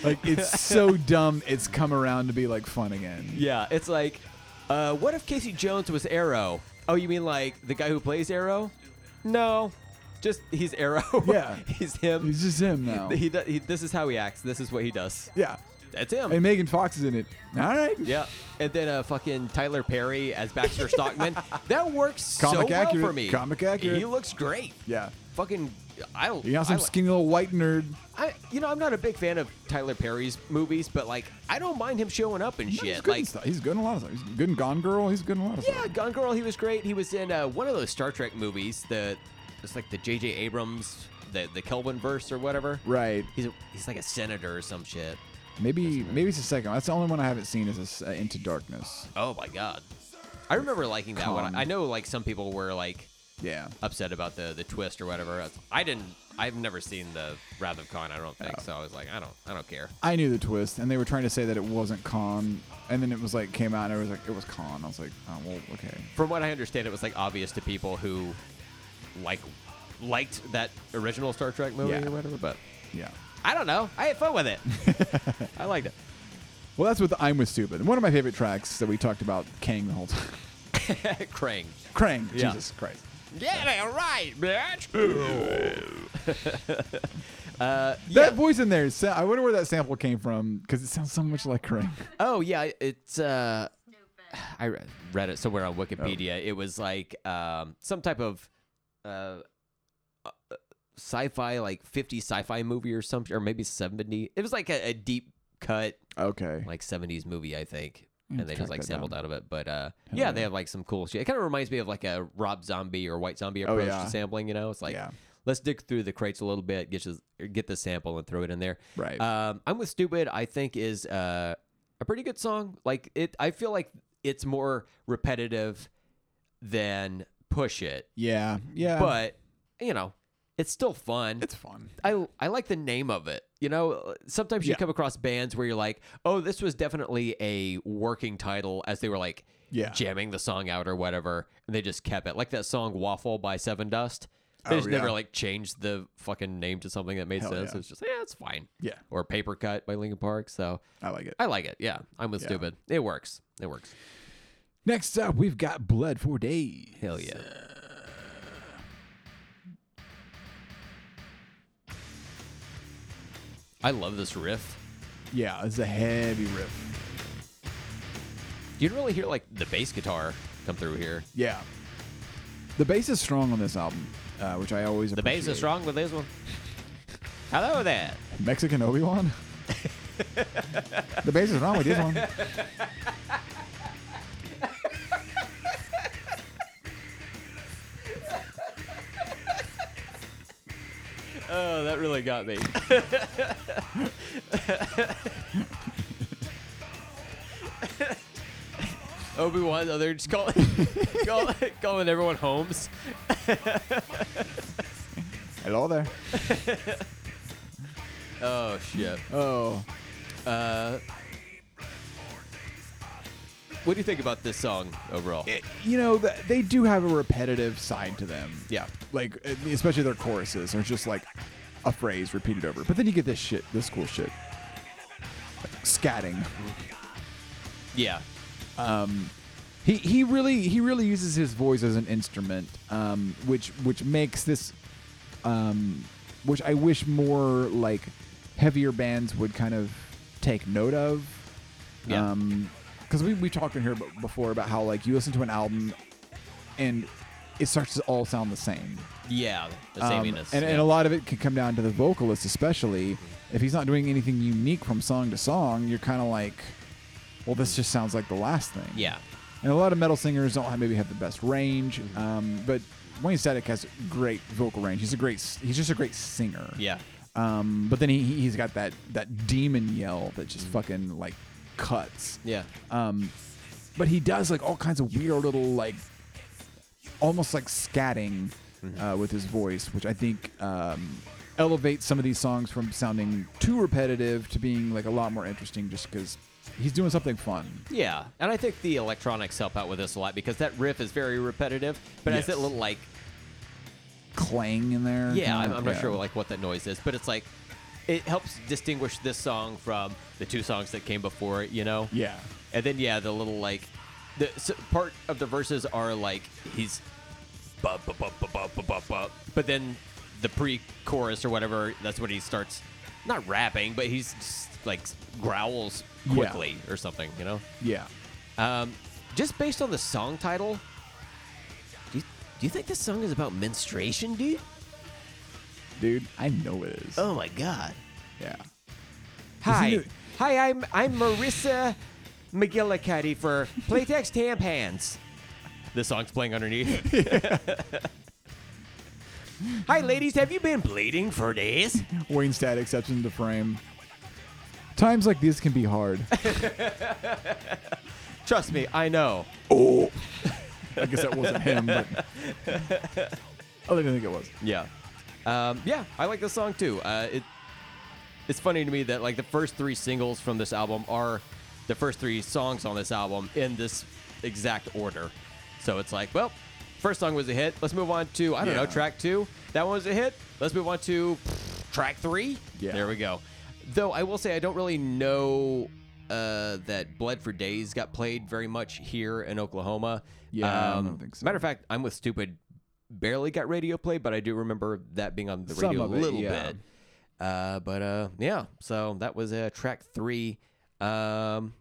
Like it's so dumb. It's come around to be like fun again. Yeah, it's like, uh, what if Casey Jones was Arrow? Oh, you mean like the guy who plays Arrow? No, just he's Arrow. Yeah. he's him. It's just him now. he, do- he this is how he acts. This is what he does. yeah. That's him. And Megan Fox is in it. All right. yeah, and then uh, fucking Tyler Perry as Baxter Stockman. That works so Comic well accurate, for me. comic accurate. He looks great. Yeah. Fucking, I don't. You got I some li- skinny little white nerd. I, you know, I'm not a big fan of Tyler Perry's movies, but like, I don't mind him showing up and He's shit. good in Like, stuff. He's good in a lot of stuff. He's good in Gone Girl. He's good in a lot of Yeah, stuff. Gone Girl. He was great. He was in uh, one of those Star Trek movies. The it's like the J.J. Abrams, the the Kelvin verse or whatever. Right. He's a, he's like a senator or some shit. Maybe maybe it's the second one. That's the only one I haven't seen is this, uh, Into Darkness. Oh my god, I remember liking that one. Con. I know like some people were like Yeah. upset about the the twist or whatever. I didn't. I've never seen the Wrath of Khan. I don't think so. I was like, I don't. I don't care. I knew the twist, and they were trying to say that it wasn't Khan, and then it was like came out, and it was like it was Khan. I was like, oh well, okay. From what I understand, it was like obvious to people who like liked that original Star Trek movie Yeah. or whatever. But Yeah. I don't know. I had fun with it. I liked it. Well, that's with I'm with stupid. One of my favorite tracks that we talked about Kang the whole time. Krang. Krang. Yeah. Jesus Christ. Get it right, bitch. uh, yeah. That voice in there. Is, I wonder where that sample came from because it sounds so much like Krang. oh yeah, it's. Uh, I re- read it somewhere on Wikipedia. It was like um, some type of uh, uh, sci-fi, like 50 sci-fi movie or something, or maybe 70. It was like a, a deep cut, Okay. like 70s movie, I think. Yeah, And they let's just track like that sampled down. out of it, but uh, Hell yeah, they yeah. have like some cool shit. It kind of reminds me of like a Rob Zombie or White Zombie Oh, approach yeah. to sampling. You know, it's like yeah. let's dig through the crates a little bit, get you, get the sample and throw it in there. Right. Um, I'm with stupid. I think is uh, a pretty good song. Like it, I feel like it's more repetitive than push it, yeah. Yeah. but you know, it's still fun. it's fun. I I like the name of it. You know, sometimes you Yeah. come across bands where you're like, oh, this was definitely a working title as they were like Yeah. jamming the song out or whatever, and they just kept it. Like that song Waffle by Seven Dust. They Oh, just never yeah. like changed the fucking name to something that made Hell sense. yeah. It's just yeah, it's fine. Yeah. Or Paper Cut by Linkin Park. So I like it. I like it. Yeah. I'm with Yeah. stupid. It works. It works. Next up, we've got Blood for Days. Hell yeah. I love this riff. Yeah, it's a heavy riff. You can really hear like the bass guitar come through here. Yeah. The bass is strong on this album, uh, which I always The bass is strong with this one. Hello there. Mexican Obi Wan. the bass is wrong with this one. Oh, that really got me. Obi Wan, oh, they're just calling, call, calling everyone homes. Hello there. Oh shit. Oh, What do you think about this song overall? it, you know th- they do have a repetitive side to them. Yeah. like uh, especially their choruses are just like a phrase repeated over. But then you get this shit, this cool shit, like, scatting. yeah. He he really he really uses his voice as an instrument, um, which which makes this, um, which I wish more like heavier bands would kind of take note of. Yeah. Um, because we we talked in here b- before about how like you listen to an album, and it starts to all sound the same. yeah. The Um, saminess. and, yeah. and a lot of it can come down to the vocalist, especially if he's not doing anything unique from song to song. You're kind of like, well, this just sounds like the last thing. Yeah. And a lot of metal singers don't have, maybe have the best range, Mm-hmm. um, but Wayne Static has great vocal range. He's a great, he's just a great singer. Yeah. Um, but then he he- he's got that that demon yell that just fucking like cuts. Mm-hmm. Yeah. Um, but he does like all kinds of weird little like almost like scatting Mm-hmm. uh, with his voice, which I think um, elevates some of these songs from sounding too repetitive to being like a lot more interesting, just because he's doing something fun. Yeah, and I think the electronics help out with this a lot because that riff is very repetitive, but it has Yes. that little like Clang in there. yeah, kinda, I'm, I'm not yeah. sure like what that noise is, but it's like it helps distinguish this song from the two songs that came before it, you know. Yeah. and then yeah, the little like the so part of the verses are like he's bu- bu- bu- bu- bu- bu- bu- bu- but then the pre-chorus or whatever that's when he starts not rapping, but he's just, like growls Yeah. quickly or something, you know. Yeah. Um, just based on the song title, do you, do you think this song is about menstruation, dude? Dude, I know it is. Oh my god! Yeah. Hi, Isn't it- hi, I'm I'm Marissa McGillicuddy for Playtex Tampons. The song's playing underneath. hi, ladies, have you been bleeding for days? Wayne Static steps into frame. Times like these can be hard. Trust me, I know. oh. I guess that wasn't him, but I didn't think it was. Yeah. Um, yeah, I like this song too. Uh, it it's funny to me that like the first three singles from this album are the first three songs on this album in this exact order. So it's like, well, first song was a hit. Let's move on to I don't know Yeah. track two. That one was a hit. Let's move on to pff, track three. Yeah. There we go. Though I will say I don't really know uh, that Bled for Days got played very much here in Oklahoma. Yeah, I don't think so. Um, Matter of fact, I'm with Stupid. Barely got radio play, but I do remember that being on the Some radio of a it, little yeah. bit. Uh, but uh, yeah, so that was uh, track three. Um,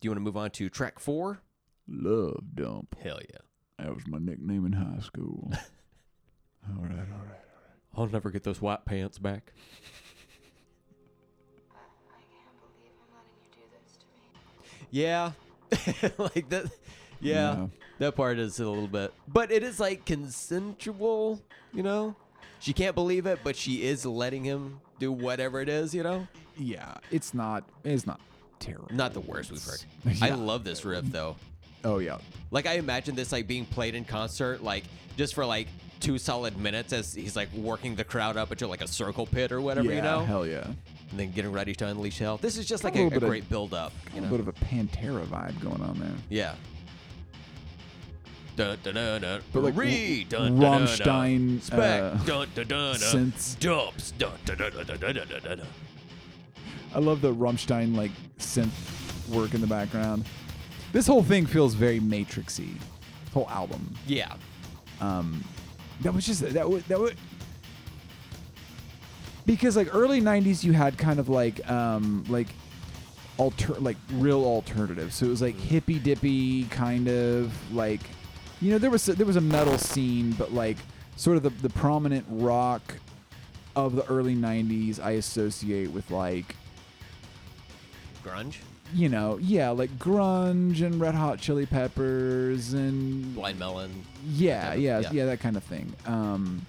do you want to move on to track four? Love dump. Hell yeah. That was my nickname in high school. all right, all right. I'll never get those white pants back. I can't believe I'm letting you do this to me. Yeah. like that. Yeah, Yeah. That part is a little bit. But it is like consensual, you know? She can't believe it, but she is letting him do whatever it is, you know? Yeah, it's not. It's not terrible. Not the worst we've heard. I Yeah. love this riff, though. Oh yeah. Like I imagine this like being played in concert, like just for like two solid minutes as he's like working the crowd up into like a circle pit or whatever, yeah. you know, Hell yeah. and then getting ready to unleash hell. This is just like A a, a little bit of- great build up, A you little know. bit of a Pantera vibe going on there. yeah. Dun, dun, dun, dun. But, like, Re- w- dun, dun, dun, dun. Rammstein, spec uh, dun, dun, dun, dun. synths. dumps dun, dun, dun, dun, dun, dun, dun, dun, dun. I love the Rammstein like synth work in the background. This whole thing feels very Matrixy. This whole album. Yeah, That was just that would that would because like early '90s, you had kind of like um like alter like real alternative. So it was like hippy dippy kind of like you know there was there was a metal scene, but like sort of the the prominent rock of the early '90s I associate with like grunge, you know, yeah, like grunge and Red Hot Chili Peppers and blind melon. yeah, kind of- yeah, yeah. yeah, that kind of thing. Um,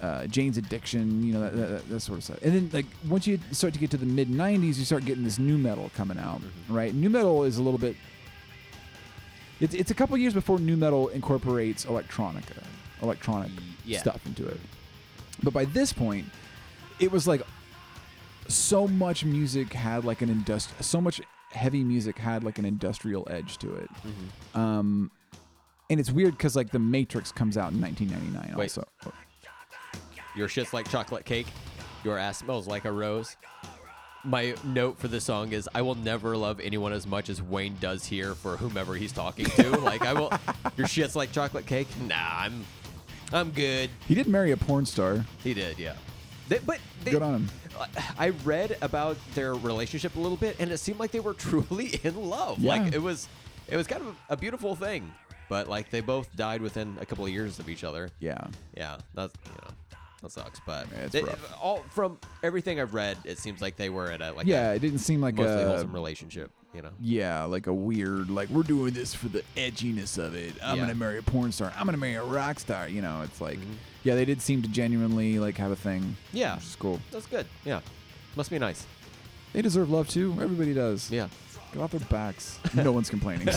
uh, Jane's Addiction, you know, that, that, that sort of stuff. And then like once you start to get to the mid '90s, you start getting this new metal coming out, right? New metal is a little bit. It's it's a couple years before new metal incorporates electronica, electronic yeah. stuff into it. But by this point, it was like so much music had like an industri- so much heavy music had like an industrial edge to it. Mm-hmm. Um, and it's weird because like the Matrix comes out in 1999 Wait. also. Your shit's like chocolate cake. Your ass smells like a rose. My note for the song is I will never love anyone as much as Wayne does here for whomever he's talking to. like I will your shit's like chocolate cake. Nah, I'm I'm good. He did marry a porn star. He did, yeah. They, but they, Good on him. I read about their relationship a little bit and it seemed like they were truly in love. Yeah. Like it was it was kind of a beautiful thing. But like they both died within a couple of years of each other. Yeah. Yeah, that's you know. That sucks, but it's it- rough. all from everything I've read, it seems like they were in a like yeah, a it didn't seem like mostly a wholesome relationship. You know, yeah, like a weird like we're doing this for the edginess of it. I'm Yeah. Mm-hmm. gonna marry a porn star. I'm gonna marry a rock star. You know, it's like yeah, they did seem to genuinely like have a thing. Yeah. which is cool. that's good. Yeah, must be nice. They deserve love too. Everybody does. Yeah. Go off their backs. No one's complaining.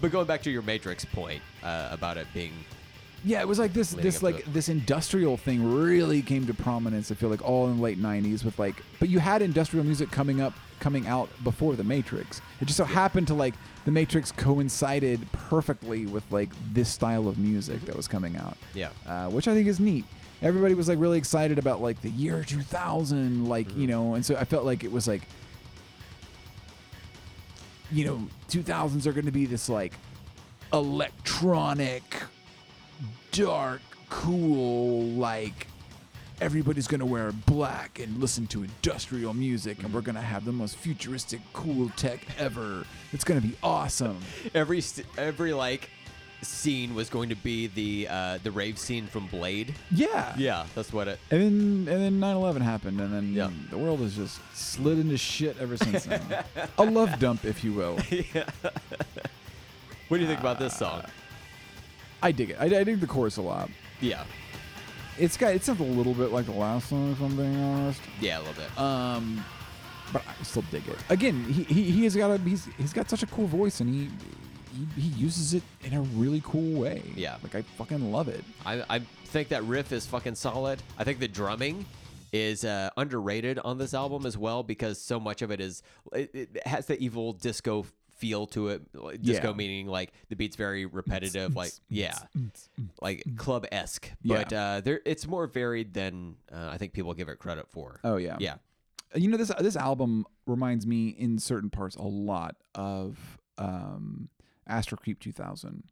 But going back to your Matrix point uh, about it being yeah, it was like this Leading up this to like it. this industrial thing really came to prominence, I feel like all in the late nineties with like but you had industrial music coming up coming out before the Matrix. It just so happened to like the Matrix coincided perfectly with like this style of music that was coming out. Yeah. Uh, which I think is neat. Everybody was like really excited about like the year two thousand, like, Mm-hmm. you know, and so I felt like it was like you know, 2000s are going to be this like electronic, dark, cool, like everybody's going to wear black and listen to industrial music and we're going to have the most futuristic, cool tech ever. It's going to be awesome. every st- every like scene was going to be the uh, the rave scene from Blade. Yeah. Yeah, that's what it. And then, and then 9/11 happened, and then Yeah. the world has just slid into shit ever since then. A love dump, if you will. What do you think about this Uh, song? I dig it. I, I dig the chorus a lot. Yeah, It's got. It sounds a little bit like the last song, if I'm being honest. yeah, a little bit. Um, but I still dig it. Again, he, he, he has got a he's he's got such a cool voice, and he, he he uses it in a really cool way. Yeah. like I fucking love it. I, I think that riff is fucking solid. I think the drumming is uh, underrated on this album as well because so much of it is it, it has the evil disco feel to it. Like, Disco Yeah. meaning like the beat's very repetitive, like yeah, like club esque. Yeah. But uh, there, it's more varied than uh, I think people give it credit for. Oh, yeah. yeah, You know this this album reminds me in certain parts a lot of um Astro Creep 2000.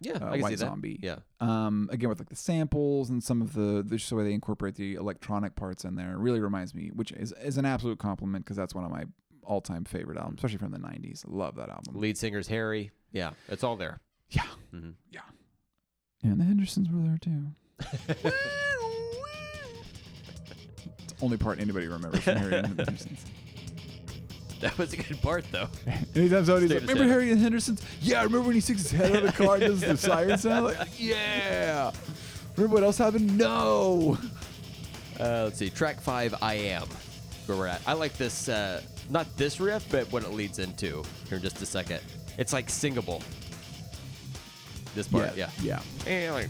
yeah. Uh, I can White see that. Zombie. Yeah, Um, again with like the samples and some of the the just the way they incorporate the electronic parts in there really reminds me, which is is an absolute compliment because that's one of my all time favorite albums, especially from the '90s. Love that album. lead singer's Harry. Yeah, it's all there. Yeah. Mhm. Yeah. And the Hendersons were there too. It's the only part anybody remembers from Harry and the Hendersons. That was a good part though. Anytime somebody's like, Steve is remember dead. Harry and the Hendersons? Yeah, remember when he sticks his head out of the car and does the siren sound? Like, yeah. Remember what else happened? No. Uh, let's see, track five, I am, where we're at. I like this, uh, not this riff, but what it leads into here in just a second. It's like singable. This part, yeah. Yeah. yeah.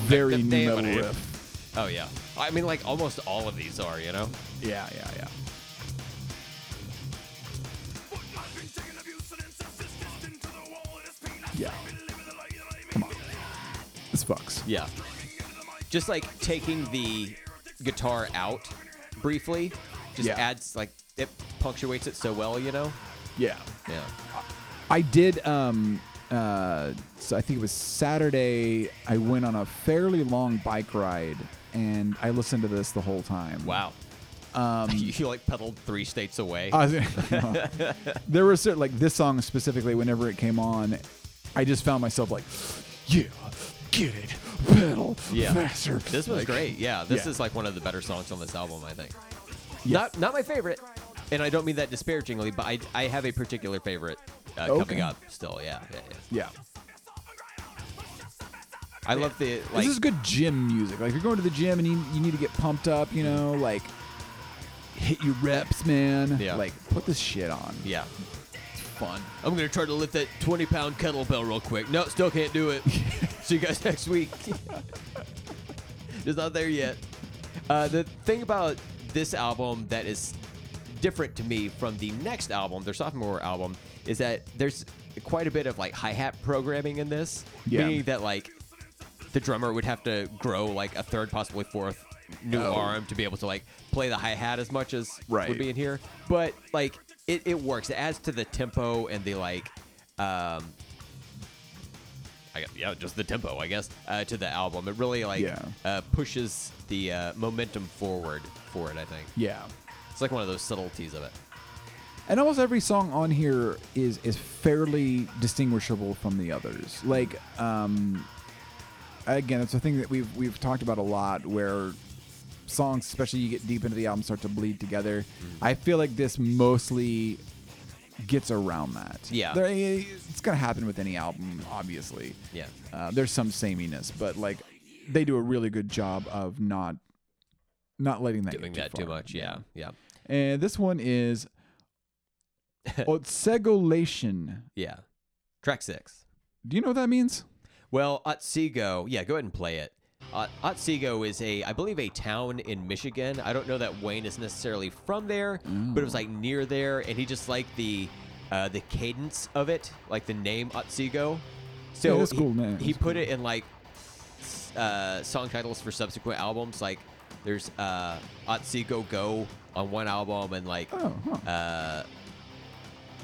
Very new metal riff. Oh yeah. I mean, like almost all of these are, you know. Yeah, yeah, yeah. Yeah. Come on. This fucks. Yeah. Just like taking the guitar out briefly, just Yeah. adds like it punctuates it so well, you know. Yeah. Yeah. I did. Um, uh, so I think it was Saturday. I went on a fairly long bike ride, and I listened to this the whole time. Wow. Um, you, you, like pedaled three states away. I was- Uh, there were certain like this song specifically. Whenever it came on, I just found myself like, yeah, get it, pedal Yeah. faster. This was Like, great. Yeah, this yeah. is like one of the better songs on this album, I think. Yeah. Not not my favorite, and I don't mean that disparagingly, but I, I have a particular favorite uh, Okay. coming up still. Yeah, yeah, yeah. Yeah. I love the like. this is good gym music. Like if you're going to the gym and you, you need to get pumped up, you know, like hit your reps, man. Yeah. Like put this shit on. Yeah, Fun. I'm gonna try to lift that 20 pound kettlebell real quick. No, still can't do it. See you guys next week. Just not there yet. Uh, the thing about this album that is different to me from the next album, their sophomore album, is that there's quite a bit of like hi hat programming in this, Yeah. meaning that like the drummer would have to grow like a third, possibly fourth new Oh. arm to be able to like play the hi hat as much as Right. would be in here. But like it, it works. It adds to the tempo and the like um I got, yeah, just the tempo, I guess, uh, to the album. It really like Yeah. uh, pushes the uh, momentum forward for it. I think Yeah. it's like one of those subtleties of it. And almost every song on here is is fairly distinguishable from the others. Like um again, it's a thing that we've we've talked about a lot where songs, especially you get deep into the album, start to bleed together. Mm-hmm. I feel like this mostly gets around that. Yeah. There- eh, it's gonna happen with any album, obviously. Yeah. Uh, there's some sameness, but like they do a really good job of not not letting that doing get that too far. much. Yeah, yeah, And this one is Otsegolation. yeah. Track six. Do you know what that means? Well, Otsego. Yeah, go ahead and play it. Uh, Otsego is a, I believe, a town in Michigan. I don't know that Wayne is necessarily from there, but it was like near there, and he just liked the uh, the cadence of it, like the name Otsego. So Yeah, that's he, cool name. he That's put it in like s- uh, song titles for subsequent albums. Like there's uh, Otsego Go on one album, and like Oh, huh. uh,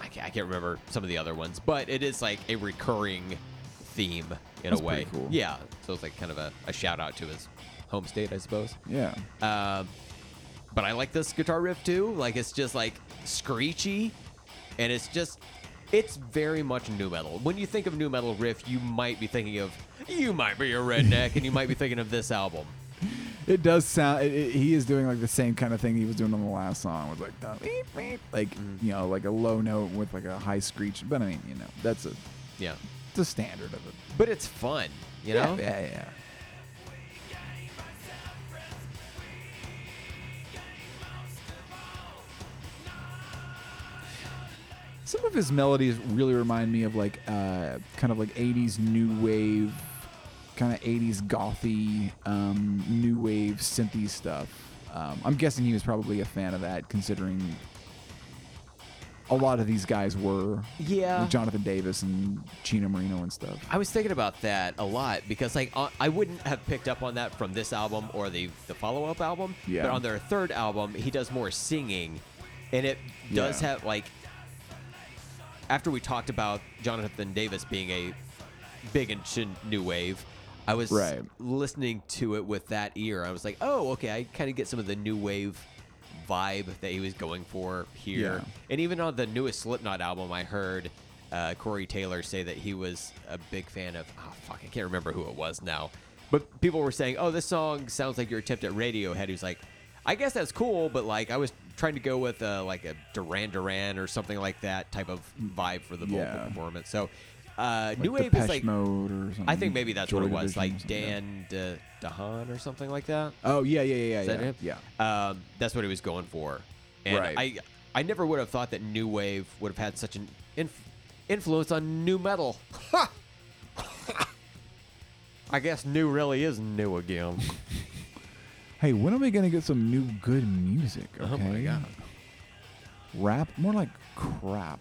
I can't, I can't remember some of the other ones, but it is like a recurring theme in That's a way. pretty cool. Yeah, so it's like kind of a, a shout out to his home state, I suppose. yeah. Um, but I like this guitar riff too. Like it's just like screechy, and it's just it's very much new metal. When you think of new metal riff, you might be thinking of you might be a redneck, and you might be thinking of this album. It does sound. It, it- he is doing like the same kind of thing he was doing on the last song with like the beep, beep, like you know like a low note with like a high screech. But I mean, you know, that's a Yeah, it's a standard of it. but it's fun, you know. Yeah, yeah. Some of his melodies really remind me of like uh, kind of like 80s new wave, kind of 80s gothy, um, new wave synthy stuff. Um, I'm guessing he was probably a fan of that, considering a lot of these guys were. Yeah. Like Jonathan Davis and Chino Marino and stuff. I was thinking about that a lot because like uh, I wouldn't have picked up on that from this album or the the follow up album. Yeah. But on their third album, he does more singing, and it does Yeah. have like. After we talked about Jonathan Davis being a big and chin new wave, I was Right. listening to it with that ear. I was like, oh, okay, I kind of get some of the new wave vibe that he was going for here. Yeah. And even on the newest Slipknot album, I heard uh, Corey Taylor say that he was a big fan of. Oh fuck, I can't remember who it was now, but people were saying, "Oh, this song sounds like your attempt at Radiohead." He's like, "I guess that's cool, but like, I was trying to go with uh, like a Duran Duran or something like that type of vibe for the vocal Yeah. performance." So, uh, new Like wave Depeche is like. Mode or something. I think maybe that's what Joy it was, Division or like something, yeah. Dan De- DeHaan or something like that. Oh yeah, yeah, yeah, yeah. Is that yeah. it? Yeah. Um, that's what he was going for. And Right. I I never would have thought that new wave would have had such an inf- influence on new metal. Ha! I guess new really is new again. Hey, when are we gonna get some new good music? Okay? Oh my God. Rap, more like crap.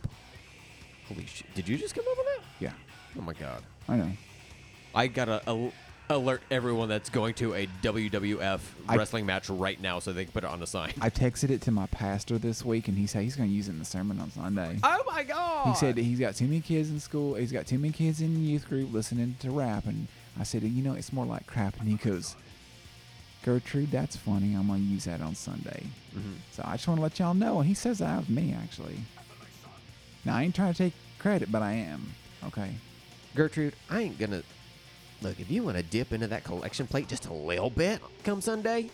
Holy shit! Did you just come up with that? Yeah, Oh my god! I know. I gotta al- alert everyone that's going to a WWF I- wrestling match right now so they can put it on the sign. I texted it to my pastor this week, and he said he's gonna use it in the sermon on Sunday. oh my god! He said that he's got too many kids in school. He's got too many kids in youth group listening to rap, and I said, you know, it's more like crap. And he goes, Gertrude, that's funny. I'm gonna use that on Sunday. So I just want to let y'all know. And he says that of me actually. Now I ain't trying to take credit, but I am. Okay. Gertrude, I ain't gonna. Look, if you want to dip into that collection plate just a little bit come Sunday,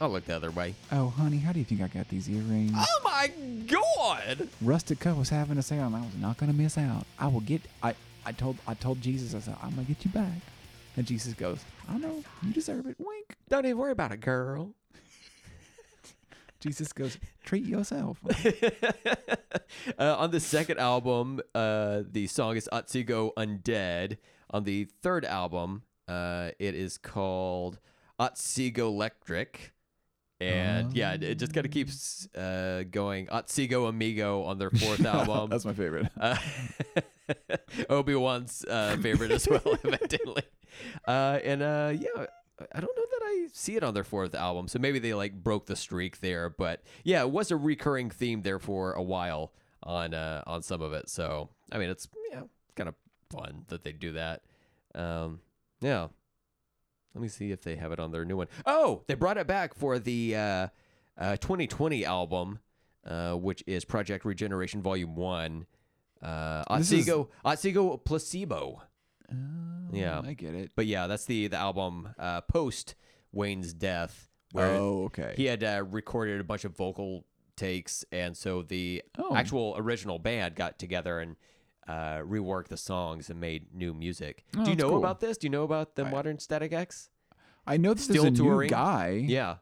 I'll look the other way. Oh, honey, how do you think I got these earrings? Oh my god! Rustic Cut was having a sale, and I was not going to miss out. I will get. I, I told I told Jesus, I said, I'm going to get you back. And Jesus goes, I know, you deserve it. Wink. Don't even worry about it, girl. Jesus goes, treat yourself. Uh, on the second album, uh, the song is Otsego Undead. On the third album, uh, it is called Otsego Electric. And yeah, it- it just kind of keeps uh, going. Otsego Amigo on their fourth album. my favorite. Uh, Obi Wan's uh, favorite as well, evidently. Uh, and uh, yeah, I don't know that I see it on their fourth album, so maybe they like broke the streak there. But yeah, it was a recurring theme there for a while on uh, on some of it. So I mean, it's yeah, kind of fun that they do that. Um, yeah. Let me see if they have it on their new one. Oh, they brought it back for the uh, uh, 2020 album, uh, which is Project Regeneration Volume One. Uh, This is- Otsego, Otsego Placebo. Yeah. I get it. But yeah, that's the the album uh, post Wayne's death. Where oh, okay. He had uh, recorded a bunch of vocal takes, and so the Oh. actual original band got together and uh, reworked the songs and made new music. Oh, Do you that's know cool. about this? Do you know about the modern Static X? I know this Still is a touring? new guy Yeah,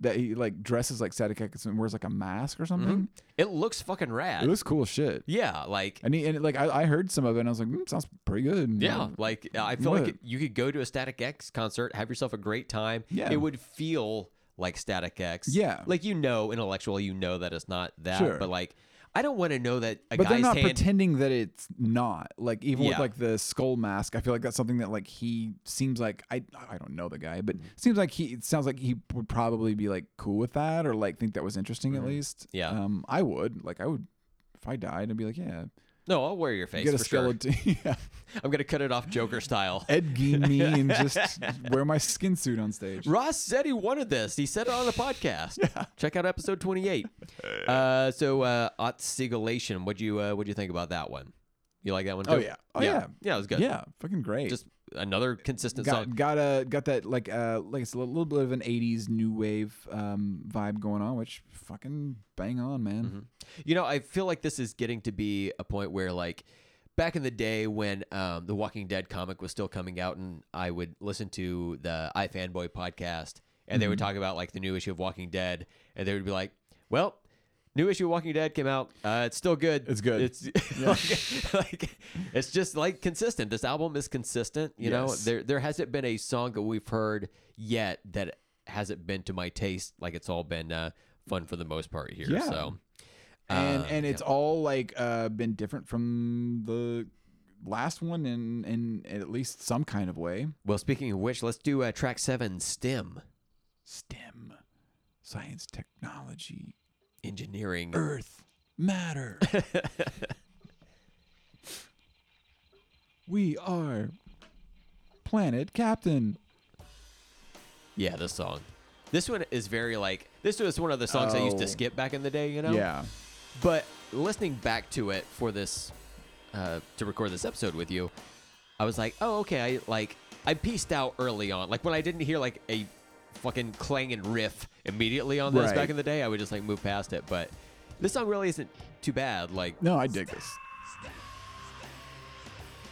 that he like dresses like Static X and wears like a mask Mm-hmm. or something. it looks fucking rad. It was cool shit. yeah, like And he and like I, I heard some of it and I was like, mm, sounds pretty good. Yeah, like uh, I feel like Right. it, you could go to a Static X concert, have yourself a great time. Yeah. it would feel like Static X. Yeah. like you know, intellectually, you know that it's not that, Sure. but like I don't want to know that a but guy's they're not hand. pretending that it's not like even Yeah. with like the skull mask i feel like that's something that like he seems like i i don't know the guy but Mm-hmm. seems like he it sounds like he would probably be like cool with that or like think that was interesting at least Mm-hmm. Yeah. um i would like i would if i died i'd be like yeah no, I'll wear your face get a for sure. skeleton yeah I'm gonna cut it off Joker style. ed gein me and just wear my skin suit on stage Ross said he wanted this. He said it on the podcast. Check out episode 28. Uh, so uh, Otsigalation, what'd you uh, what'd you think about that one? You like that one? Too? Oh, yeah. Oh, yeah, yeah. it was good. yeah fucking great just another consistent got song. got a got that like uh like it's a little bit of an 80s new wave um vibe going on which fucking bang on man Mm-hmm. You know, I feel like this is getting to be a point where, like, back in the day when um, the Walking Dead comic was still coming out, and I would listen to the iFanboy podcast, and they would Mm-hmm. talk about like the new issue of Walking Dead, and they would be like, "Well." New issue of Walking Dead came out. Uh, it's still good. It's good. It's like, like- it's just like consistent. This album is consistent. You know, Yes. there there hasn't been a song that we've heard yet that hasn't been to my taste. Like it's all been uh, fun for the most part here. Yeah. So and Uh, and it's all like uh been different from the last one in in at least some kind of way Well, speaking of which, let's do uh, track seven, STEM, stem science technology engineering. earth matter we are planet captain Yeah, this song. This one is very like this was one of the songs I used to Oh. skip back in the day, you know. yeah But listening back to it for this, uh, to record this episode with you, I was like, oh, okay. I like I pieced out early on, like when I didn't hear like a fucking clanging riff immediately on this Right. back in the day, I would just like move past it. But this song really isn't too bad. Like no i dig this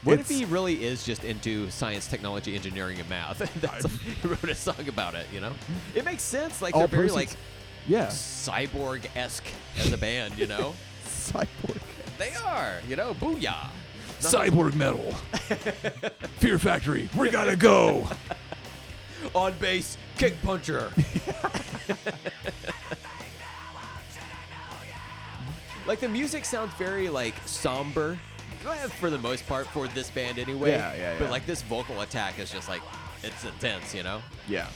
What if It's- he really is just into science, technology, engineering, and math? That's he wrote a song about it. You know, it makes sense. Like they're all very proceeds- like yeah cyborg esque as a band. You know, cyborg they are. You know, booyah. cyborg metal fear factory we gotta go On bass, kick puncher. like the music sounds very like somber, eh, for the most part for this band anyway. Yeah, yeah, But yeah. like this vocal attack is just like it's intense. You know. yeah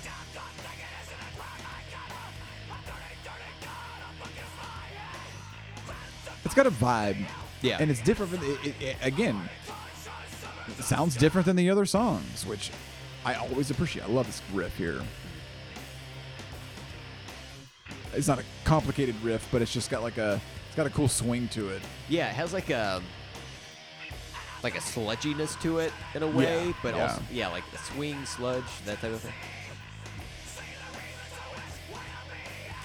it's got a vibe Yeah. and it's different from the, it, it, again it sounds different than the other songs which i always appreciate i love this riff here it's not a complicated riff but it's just got like a it's got a cool swing to it Yeah, it has like a like a sludginess to it in a way, Yeah, but yeah. also yeah, like the swing, sludge, that type of thing.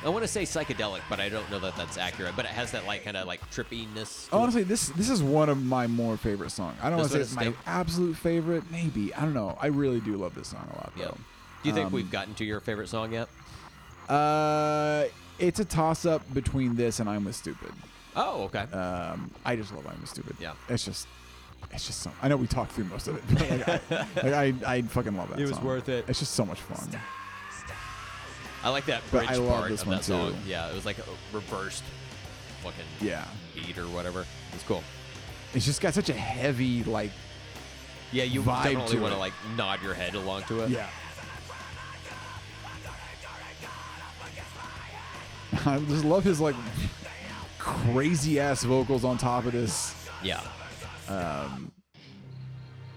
I want to say psychedelic, but I don't know that that's accurate. But it has that like kind of like trippiness. to it. Honestly, this this is one of my more favorite songs. I don't want This to say one it's is my stable. absolute favorite. Maybe I don't know. I really do love this song a lot, yeah. though. Do you think Um, we've gotten to your favorite song yet? Uh, it's a toss up between this and "I'm with Stupid." Oh, okay. Um, I just love "I'm with Stupid." Yeah. it's just, it's just so. I know we talked through most of it, but like, I, like, I, I fucking love that. It was song. worth it. It's just so much fun. I like that but bridge I love part this of one that song. too. Yeah, it was like a reversed fucking Yeah, beat or whatever. It's cool. it's just got such a heavy like. Yeah, you Vibe definitely to want it. to like nod your head along to it. Yeah. I just love his like crazy ass vocals on top of this. Yeah.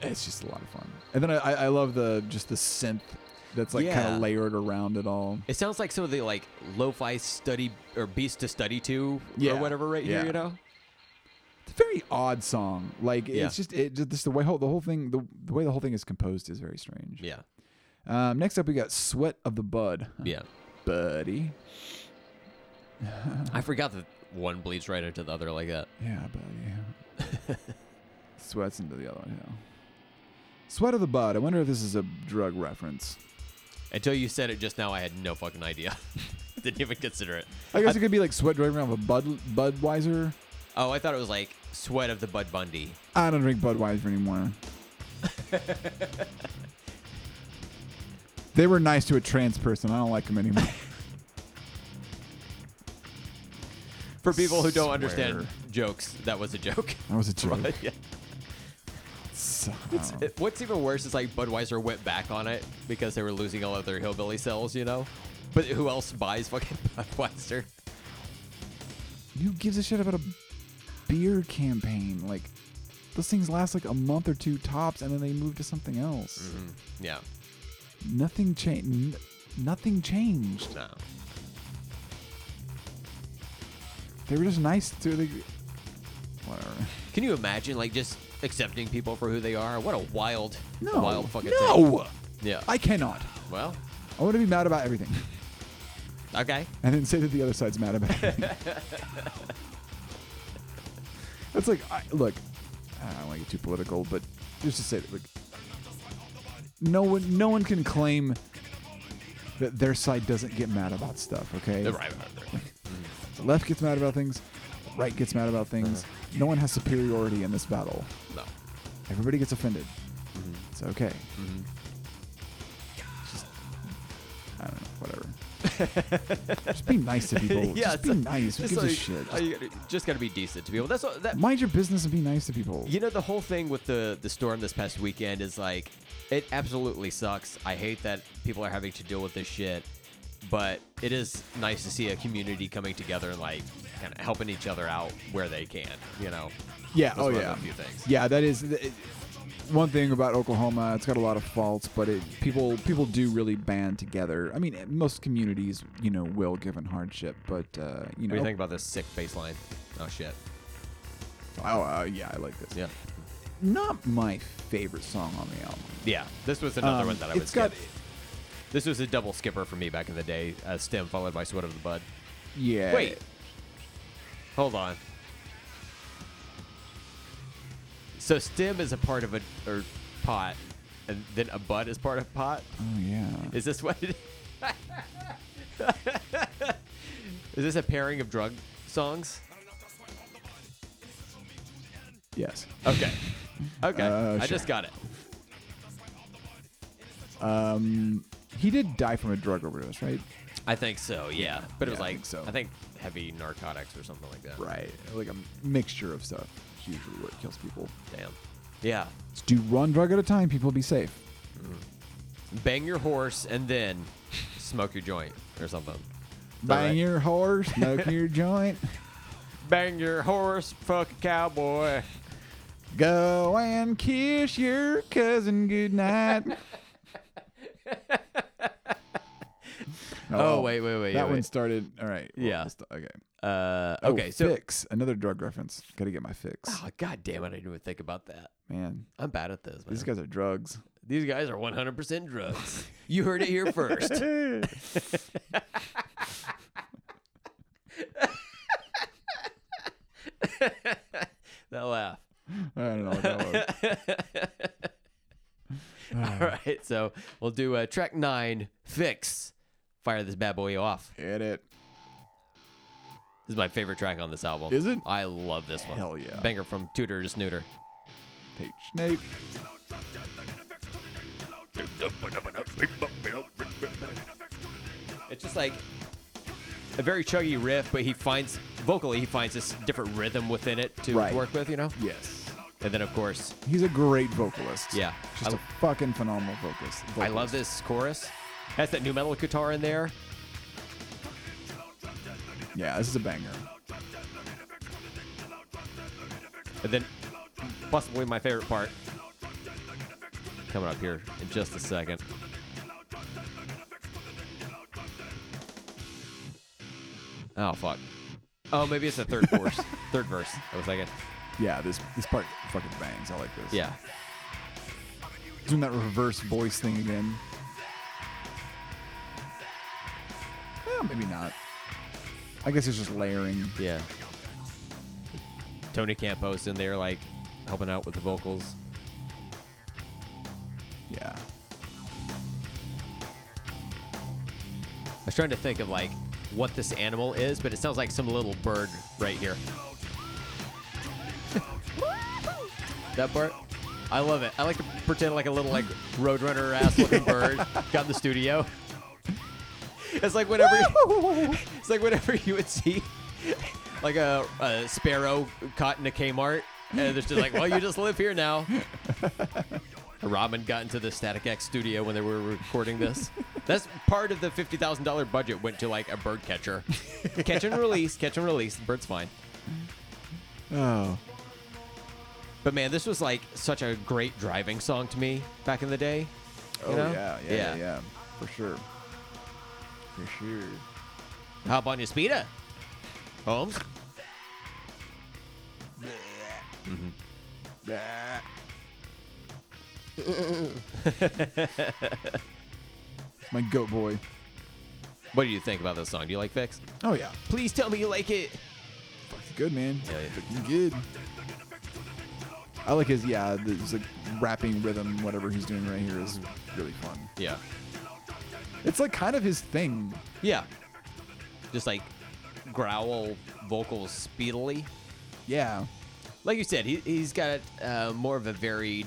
It's just a lot of fun. And then I, I I love the just the synth that's like kind Yeah. of layered around it all. It sounds like some of the like lo-fi study or beats to study to Yeah. or whatever right Yeah. here, you know? It's a very odd song. Like Yeah. it's just it just, just the way whole, the whole thing the, the way the whole thing is composed is very strange. Yeah. Um, next up we got Sweat of the Bud. Yeah. Buddy. I forgot that one bleeds right into the other like that. Yeah, buddy. Sweats into the other one. Yeah. Sweat of the Bud. I wonder if this is a drug reference. Until you said it just now, I had no fucking idea. Didn't even consider it. I guess it could be like sweat driving around with a Bud Budweiser. Oh, I thought it was like sweat of the Bud Bundy. I don't drink Budweiser anymore. they were nice to a trans person. I don't like them anymore. For people who don't Swear. understand jokes, that was a joke. That was a joke. Oh. Right? Yeah. So- It- What's even worse is like Budweiser went back on it because they were losing all of their hillbilly sales, you know. But who else buys fucking Budweiser? Who gives a shit about a beer campaign? Like, those things last like a month or two tops, and then they move to something else. Mm-hmm. Yeah, Nothing changed. Nothing changed. no. They were just nice to the. Whatever. Can you imagine like just accepting people for who they are? What a wild, No. wild fucking thing. no. Yeah. I cannot. well, I want to be mad about everything, okay. and then say that the other side's mad about everything. That's like, I, look. I don't want to get too political, but just to say, that, like, no one, no one can claim that their side doesn't get mad about stuff. Okay. Right, right, right. The left gets mad about things. Right gets mad about things. No one has superiority in this battle. No. Everybody gets offended. Mm-hmm. It's okay. Just, I don't know, whatever. just be nice to people. just be nice. Who it's gives a like- shit? oh, you gotta- just gotta be decent to people. That's what, that. Mind your business and be nice to people. You know the whole thing with the the storm this past weekend is like it absolutely sucks. I hate that people are having to deal with this shit, but it is nice to see a community coming together and like kind of helping each other out where they can. You know. Yeah. That's Oh, one of yeah. the few things. Yeah, that is th- it- one thing about Oklahoma. It's got a lot of faults, but it people people do really band together. I mean, most communities, you know, will given hardship, but uh, you What know, do you think about this sick baseline? Oh shit. Oh, uh, yeah, I like this. Yeah. Not my favorite song on the album. Yeah. This was another Um, one that I was. it's got- This was a double skipper for me back in the day. Uh, stem followed by sweat of the bud. Yeah. Wait. Hold on. So stem is a part of a or pot, and then a bud is part of pot. Oh yeah. Is this what? It is this a pairing of drug songs? yes. Okay. Okay. Uh, I sure. just got it. He did die from a drug overdose, right? I think so. Yeah. But it was Yeah, I like think so. I think heavy narcotics or something like that. Right. Like a mixture of stuff. is Usually, what kills people. Damn. Yeah. Let's do one drug at a time. People be safe. Bang your horse and then smoke your joint or something. Is that Bang right? your horse, smoke your joint, Bang your horse, fuck a cowboy. go and kiss your cousin goodnight. Oh, wait, wait, wait, That wait. one started. All right. well, Yeah. we'll st- okay. Uh, Oh, okay, so fix another drug reference. Got to get my fix. oh, god damn it, I didn't even think about that. Man, I'm bad at this. Man. these guys are drugs. These guys are 100% drugs. you heard it here first. that laugh. I don't know what that was. All right, so we'll do uh, track nine, fix. Fire this bad boy off. Hit it. This is my favorite track on this album. Is it? I love this one. Hell yeah. Banger from Tutor to Snooter. Page Snape. It's just like a very chuggy riff, but he finds vocally he finds this different rhythm within it to Right. work with, you know. Yes. And then of course, He's a great vocalist. Yeah. Just I- a fucking phenomenal vocalist. I love vocalist. this chorus. Has that new metal guitar in there. Yeah, this is a banger. And then possibly my favorite part coming up here in just a second. Oh fuck. Oh, maybe it's the third verse. Third verse. I was thinking. yeah, this this part fucking bangs. I like this. Yeah. doing that reverse voice thing again. Well, maybe not. I guess it's just layering. Yeah. Tony Campos in there, like helping out with the vocals. Yeah. I was trying to think of like what this animal is, but it sounds like some little bird right here. that part, I love it. I like to pretend like a little like roadrunner ass looking bird got in the studio. It's like whenever, it's like whenever you would see like a, a sparrow caught in a Kmart, and they're just like, well, you just live here now. Robin got into the Static X studio when they were recording this. That's part of the fifty thousand dollar budget went to like a bird catcher. catch and release, catch and release. The bird's fine. Oh. But man, this was like such a great driving song to me back in the day. you Oh know? yeah, yeah, yeah, yeah, for sure. For sure. Hop on your speeder, Holmes. Yeah. It's my goat boy. What do you think about this song? Do you like Fix? Oh yeah, Please tell me you like it. fucking good man. Yeah, yeah. Fucking good. I like his yeah, the- his like rapping rhythm, whatever he's doing right here is really fun. Yeah, It's like kind of his thing. yeah. Just like growl vocals speedily. Yeah. like you said, he, he's got uh, more of a varied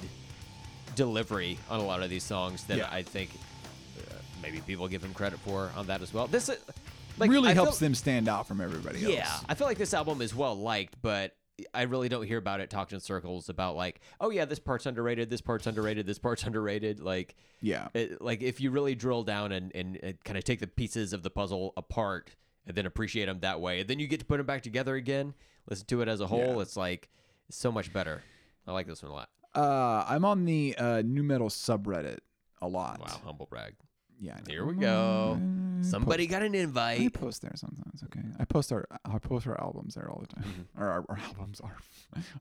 delivery on a lot of these songs than Yeah. I think uh, maybe people give him credit for on that as well. This uh, like really I helps feel, them stand out from everybody else. Yeah, I feel like this album is well liked, but I really don't hear about it talked in circles about like, oh yeah, this part's underrated, this part's underrated, this part's underrated. Like, Yeah. it, like if you really drill down and and, and kind of take the pieces of the puzzle apart and then appreciate them that way, and then you get to put them back together again, listen to it as a whole, Yeah. it's like so much better. I like this one a lot. Uh, I'm on the uh, new metal subreddit a lot. Wow, humble brag. Yeah. I know. Here we go. Somebody got an I invite. post there sometimes. Okay, I post our I post our albums there all the time. Or our, our albums, our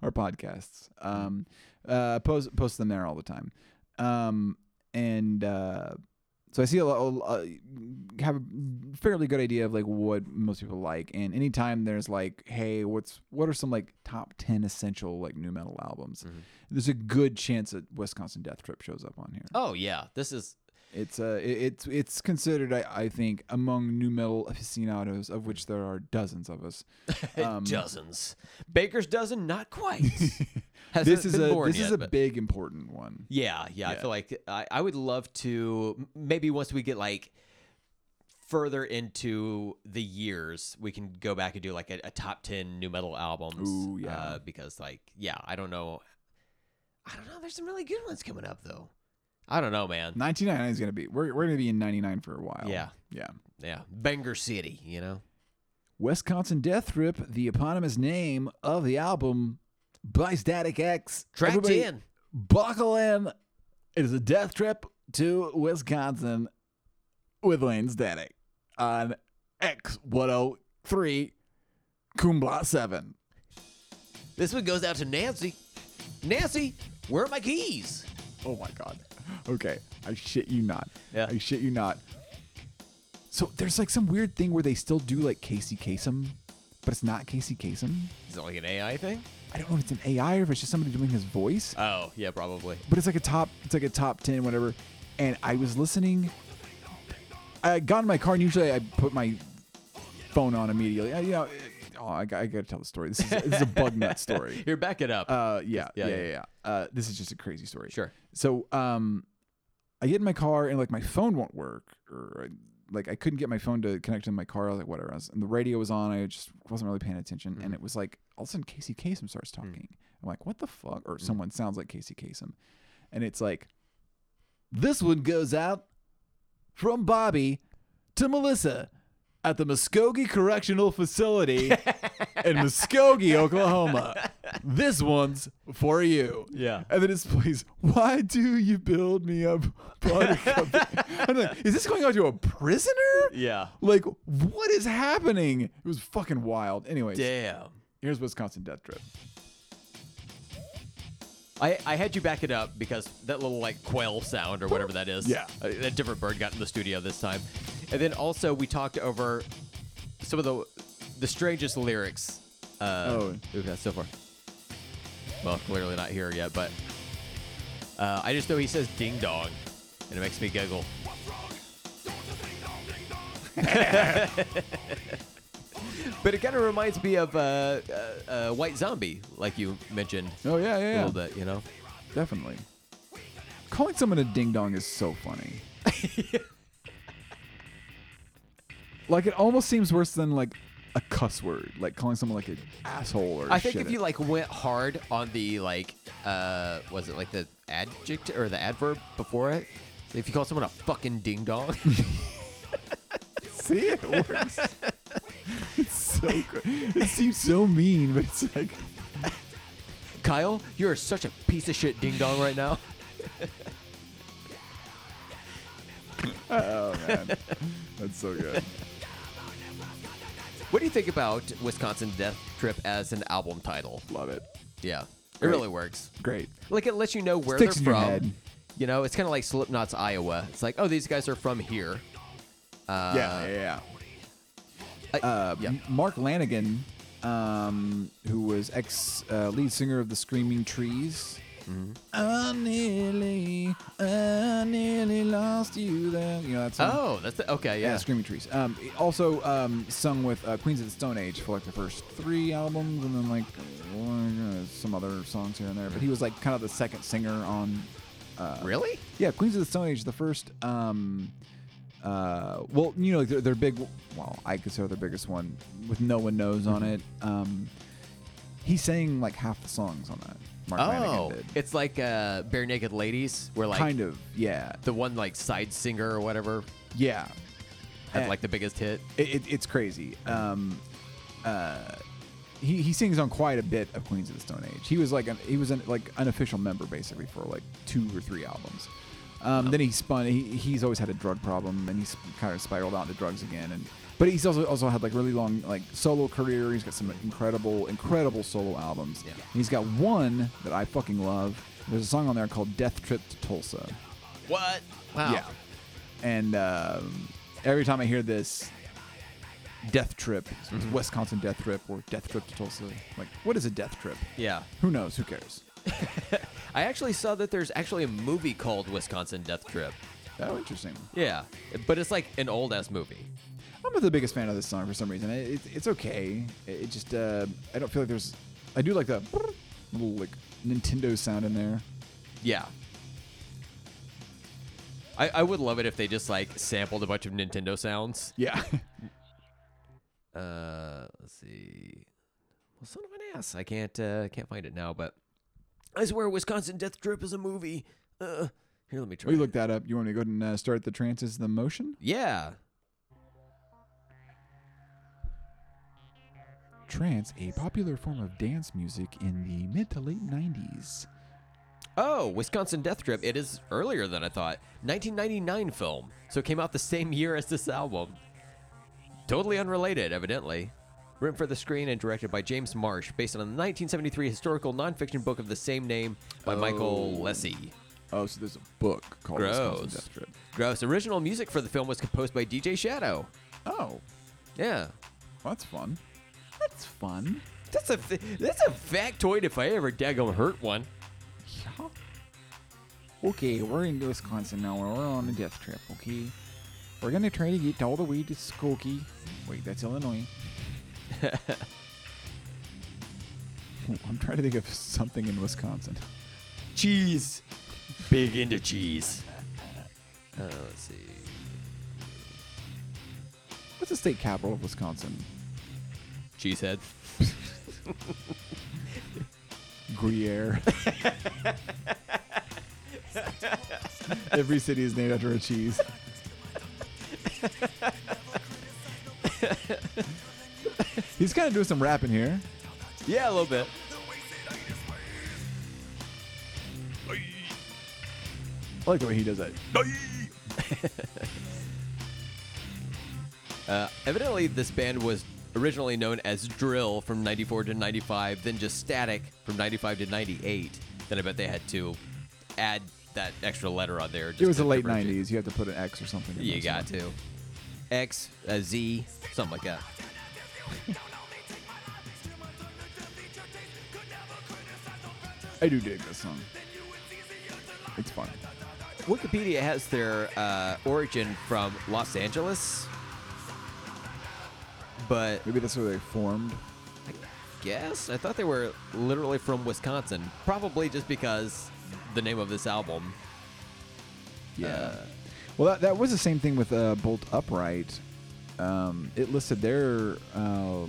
our podcasts. Um, uh, post post them there all the time. Um, and uh, so I see a lot. Uh, have a fairly good idea of like what most people like. And anytime there's like, hey, what's what are some like top ten essential like new metal albums? There's a good chance that Wisconsin Death Trip shows up on here. Oh yeah, this is It's uh, it, it's it's considered, I, I think, among new metal aficionados, of which there are dozens of us. Um, dozens. Baker's dozen, not quite. Hasn't This is been a born this is yet, a but- big important one. Yeah, yeah. I Yeah. feel like I, I would love to m- maybe once we get like further into the years, we can go back and do like a, a top ten new metal albums. Ooh, yeah. Uh, because like, yeah, I don't know. I don't know. There's some really good ones coming up though. I don't know, man. 1999 is gonna be we're we're gonna be in 99 for a while. Yeah. yeah. Yeah, Banger City. You know. Wisconsin Death Trip, the eponymous name of the album by Static X. Track Everybody 10. buckle in. It is a death trip to Wisconsin with Lane Static on X 103 Kumbla 7. This one goes out to Nancy. Nancy, where are my keys? Oh my god. Okay, I shit you not. Yeah. I shit you not. So there's like some weird thing where they still do like Casey Kasem, but it's not Casey Kasem. Is it like an AI thing? I don't know if it's an AI or if it's just somebody doing his voice. Oh, yeah, probably. But it's like a top. It's like a top ten, whatever. And I was listening. I got in my car, and usually I put my phone on immediately. I, you know, oh, I, got- I gotta tell the story. This is, this is a bug nut story. Here, back it up. Uh, yeah, Yeah, yeah, yeah. yeah, yeah. Uh, this is just a crazy story. Sure. So, um, I get in my car and like my phone won't work, or uh, like I couldn't get my phone to connect to my car. I was like, whatever. I was, and the radio was on. I just wasn't really paying attention, Mm-hmm. and it was like all of a sudden Casey Kasem starts Mm. talking. I'm like, what the fuck? Or someone sounds like Casey Kasem, and it's like, this one goes out from Bobby to Melissa at the Muskogee Correctional Facility in Muskogee, Oklahoma. This one's for you. Yeah. And then it's plays, Why do you build me up, buttercup? I'm like, Is this going out to a prisoner? yeah. Like, what is happening? It was fucking wild. Anyways, Damn. here's Wisconsin Death Trip. I, I had you back it up because that little like quail sound or whatever that is. Yeah. Uh, A different bird got in the studio this time. And then also we talked over some of the the strangest lyrics. Uh, Oh. we've got so far. Well, clearly not here yet, but uh, I just know he says ding dong, and it makes me giggle. But it kind of reminds me of uh, uh, uh, White Zombie, like you mentioned Oh yeah, a yeah, yeah. little bit, you know? Definitely. Calling someone a ding dong is so funny. like it almost seems worse than like a cuss word, like calling someone like an asshole or I think shit. if you like went hard on the like, uh, was it like the adjective or the adverb before it? So if you call someone a fucking ding dong, see it works. it's so good. It seems so mean, but it's like Kyle, you're such a piece of shit ding dong right now. oh, that's so good. What do you think about Wisconsin Death Trip as an album title? Love it. Yeah, it Great. really works. Great. Like it lets you know where Sticks they're in your from. head. You know, it's kind of like Slipknot's Iowa. It's like, oh, these guys are from here. Uh, yeah, yeah, I- yeah. Uh, yeah. M- Mark Lanigan, um, who was ex uh, lead singer of the Screaming Trees. I nearly, I nearly lost you there. You know that song? Oh, that's the, okay. yeah, Yeah. Screaming Trees. Um, he also um, sung with uh, Queens of the Stone Age for like the first three albums, and then like uh, some other songs here and there. But he was like kind of the second singer on really? yeah, Queens of the Stone Age, the first. Um, uh, well, you know, like their, their big. Well, I consider their biggest one with "No One Knows" Mm-hmm. on it. Um, he sang like half the songs on that. Mark Oh, Lanigan did. it's like uh, Bare Naked Ladies, where like kind of yeah, the one like side singer or whatever yeah. had Eh. like the biggest hit. It, it, it's crazy. Um, uh, he he sings on quite a bit of Queens of the Stone Age. He was like an, he was an, like an official member basically for like two or three albums. Um, Then he spun. He, he's always had a drug problem, and he's kind of spiraled out into drugs again. And but he's also also had like really long like solo career. He's got some incredible incredible solo albums. Yeah. And he's got one that I fucking love. There's a song on there called "Death Trip to Tulsa." What? Wow. Yeah. And um, every time I hear this, death trip, Mm-hmm. Wisconsin death trip, or death trip to Tulsa, like, what is a death trip? Yeah. Who knows? Who cares? I actually saw that there's actually a movie called Wisconsin Death Trip. Oh, interesting. Yeah, but it's like an old ass movie. I'm not the biggest fan of this song for some reason. It, it, it's okay. It, it just, uh, I don't feel like there's. I do like the little like Nintendo sound in there. Yeah. I, I would love it if they just like sampled a bunch of Nintendo sounds. Yeah. Uh, let's see. Well, son of an ass, I can't uh, can't find it now. But I swear, Wisconsin Death Trip is a movie. Uh, here, let me try. we looked that up. Oh, You want me to go ahead and uh, start the trance as the motion? Yeah. Trance, a popular form of dance music in the mid to late 90s. Oh, Wisconsin Death Trip. It is earlier than I thought. 1999 film. So it came out the same year as this album. Totally unrelated, evidently. Written for the screen and directed by James Marsh, based on a 1973 historical nonfiction book of the same name by Michael Oh. Lessie. Oh, so there's a book called Wisconsin Gross. Death Trip. Gross. Original music for the film was composed by DJ Shadow. Oh, Yeah. that's fun. That's fun. That's a that's a factoid if I ever daggum hurt one. Yeah. Okay, we're in Wisconsin now. and We're on a death trip, okay? We're gonna try to get all the way to Skokie. Wait, that's Illinois. I'm trying to think of something in Wisconsin. Cheese. Big into cheese. Uh, let's see. What's the state capital of Wisconsin? Cheesehead. Gruyere. Every city is named after a cheese. He's kind of doing some rapping here. Yeah, a little bit. I like the way he does that. Uh, evidently, this band was originally known as Drill from 94 to 95, then just Static from 95 to 98. then I bet they had to add that extra letter on there. Just It was to the late differentiate. '90s. You have to put an X or something. in You there got somewhere. to. X, a Z, something like that. I do dig this song. It's fun. Wikipedia has their uh, origin from Los Angeles, but Maybe that's where they formed. I guess I thought they were literally from Wisconsin, probably just because the name of this album. Yeah. Uh, well, that, that was the same thing with uh, Bolt Upright. Um, it listed their uh,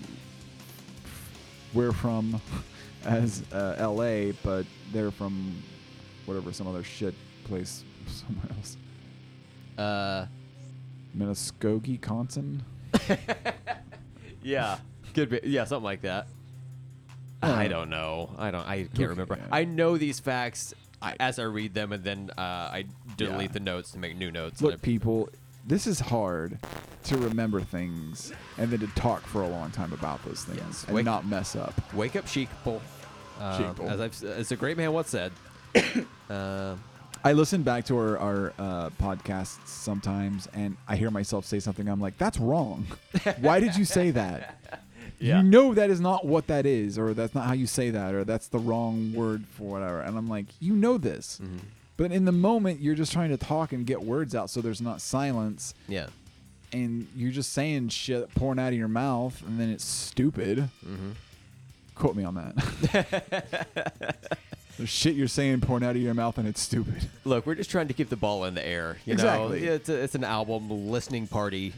where from as uh, L.A., but they're from whatever some other shit place somewhere else. Uh, Muskogee, Wisconsin. yeah, could be yeah, something like that. I don't know. I don't. I can't remember. Uh, yeah. I know these facts as I read them, and then uh, I delete Yeah. the notes to make new notes. and Look, I- people, this is hard to remember things and then to talk for a long time about those things Yes. and Wake- not mess up. Wake up, sheep. Uh, Sheeple. As, I've, s- as a great man once said. uh, I listen back to our, our uh, podcasts sometimes, and I hear myself say something. I'm like, "That's wrong. Why did you say that? Yeah. You know that is not what that is, or that's not how you say that, or that's the wrong word for whatever." And I'm like, "You know this." But in the moment, you're just trying to talk and get words out so there's not silence, yeah. and you're just saying shit pouring out of your mouth, and then it's stupid. Quote me on that. There's shit you're saying pouring out of your mouth, and it's stupid. Look, we're just trying to keep the ball in the air. You Exactly. know, it's, a, it's an album listening party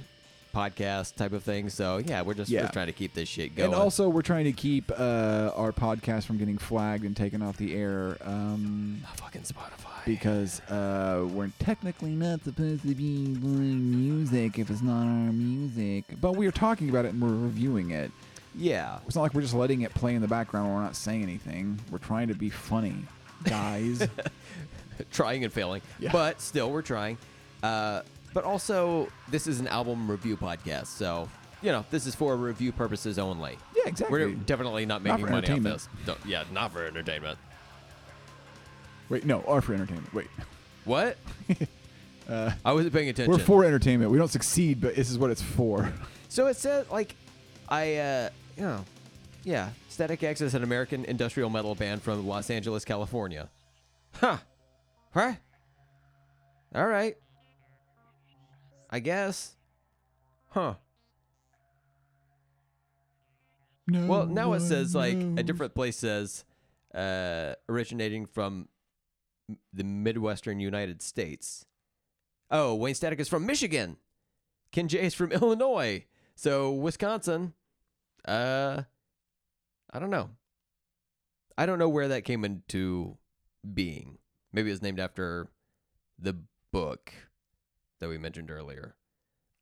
podcast type of thing. So, yeah, we're just, Yeah. We're trying to keep this shit going. And also, we're trying to keep uh, our podcast from getting flagged and taken off the air um, Ah, fucking Spotify. because uh, we're technically not supposed to be playing music if it's not our music. But we are talking about it and we're reviewing it. yeah. It's not like we're just letting it play in the background. We're not saying anything. We're trying to be funny, guys. trying and failing, Yeah. but still we're trying. Uh, but also, this is an album review podcast, so you know this is for review purposes only. Yeah, exactly. We're definitely not Not making for money off entertainment. this. Don't- yeah, not for entertainment. Wait, no, are for entertainment. Wait, What? I wasn't paying attention. we're for entertainment. We don't succeed, but this is what it's for. So it says like, I uh, you know, yeah, Static X is an American industrial metal band from Los Angeles, California. Huh. Huh. All right. I guess. Huh. No Well, now it says one like a knows. different place says uh, originating from m- the Midwestern United States. Oh, Wayne Static is from Michigan. Ken Jay is from Illinois. So Wisconsin. Uh, I don't know. I don't know where that came into being. Maybe it was named after the book that we mentioned earlier.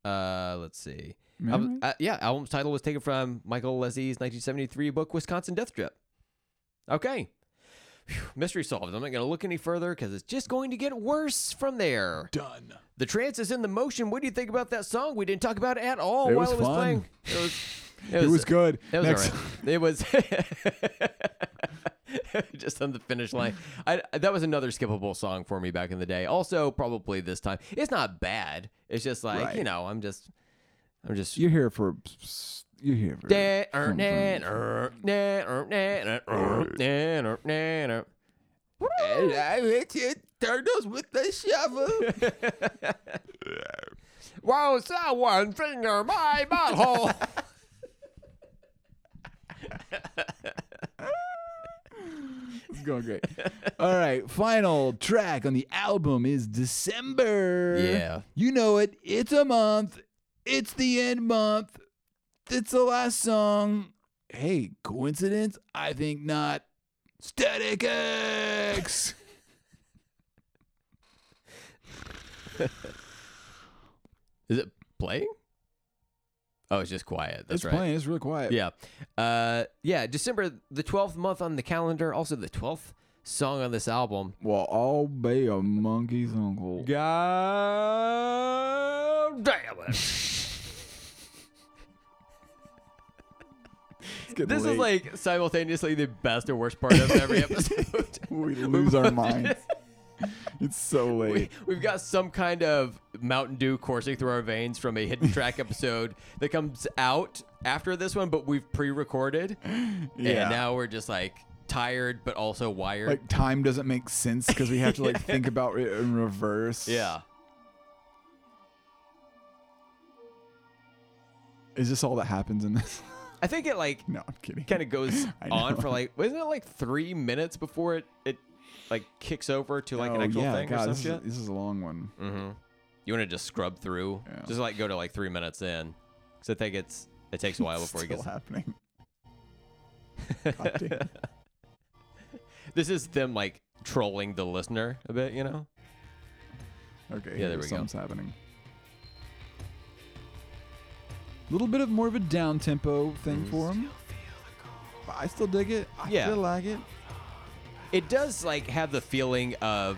Uh, let's see. Am I Album- right? uh, yeah, album's title was taken from Michael Lesy's 1973 book Wisconsin Death Trip. Okay. Phew, mystery solved. I'm not going to look any further because it's just going to get worse from there. done. The trance is in the motion. What do you think about that song? We didn't talk about it at all It while was it was fun. playing. It was, It was, good. It was Next- all right. It was just on the finish line. I, that was another skippable song for me back in the day. Also, probably this time. It's not bad. It's just like, you Right. know, I'm just, I'm just You're here for. You're here for. Da- er, fun, na- fun. er, na- er, na- er, er, na- er, na- er. Whoa, someone finger my butthole. It's going great. All right, final track on the album is December. Yeah. you know it. It's a month. It's the end month. It's the last song. Hey, coincidence? I think not. Static X. Is it playing? Oh, it's just quiet. That's it's right. playing. It's real quiet. Yeah. Uh, yeah, December the 12th month on the calendar, also the 12th song on this album. Well, I'll be a monkey's uncle. God damn it. It's fucking This late. is like simultaneously the best and worst part of every episode. we lose our minds. It's so late. We, we've got some kind of Mountain Dew coursing through our veins from a hidden track episode that comes out after this one, but we've pre-recorded, Yeah. and now we're just like tired but also wired. like time doesn't make sense because we have to like think about it in reverse. yeah, Is this all that happens in this? I think it like no, I'm kidding. kind of goes I on know. for like wasn't it like three minutes before it it like kicks over to like Oh, an actual yeah, thing God, or this, some is, shit? this is a long one. Mm-hmm. You want to just scrub through, Yeah. just like go to like three minutes in, because I think it's it takes a while It's before he still gets. happening. God damn. This is them like trolling the listener a bit, you know. Okay, Yeah, there here's we go. something's happening. A little bit of more of a down tempo thing Mm-hmm. for him. But I still dig it. I Yeah. still like it. It does like have the feeling of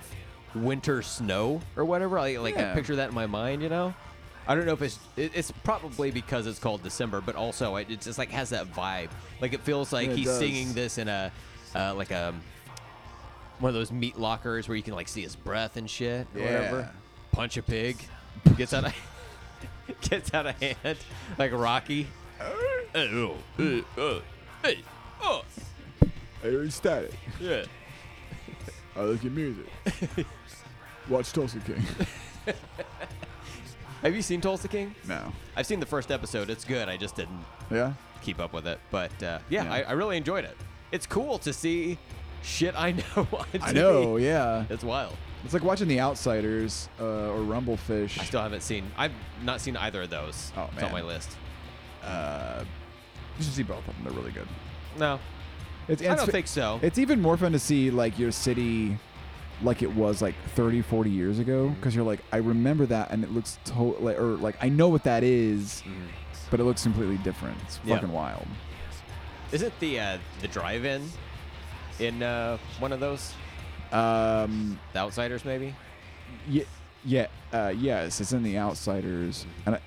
winter snow or whatever. I like Yeah. I picture that in my mind, you know. I don't know if it's it, it's probably because it's called December, but also it, it just like has that vibe. Like it feels like Yeah, it he's does. singing this in a uh, like a one of those meat lockers where you can like see his breath and shit or whatever. Yeah. Punch a pig, gets out of gets out of hand like Rocky. Hey, oh, hey, oh, hey, oh, Hey, static. yeah. I like your music. Watch Tulsa King. Have you seen Tulsa King? no. I've seen the first episode. It's good. I just didn't Yeah. keep up with it. But uh, yeah, Yeah. I, I really enjoyed it. It's cool to see shit I know. On I TV. know. Yeah. It's wild. It's like watching The Outsiders uh, or Rumblefish. I still haven't seen. I've not seen either of those. Oh, It's man. on my list. uh, you should see both of them. They're really good. No, It's, I it's- don't think so. It's even more fun to see like your city like it was like 30, 40 years ago Mm-hmm. because you're like, I remember that and it looks totally, or like, I know what that is, but it looks completely different. It's Mm-hmm. Yeah. fucking wild. Isn't the uh, the drive-in in uh, one of those? Um, The Outsiders, maybe. yeah, yeah, uh, yes, it's in The Outsiders. And I,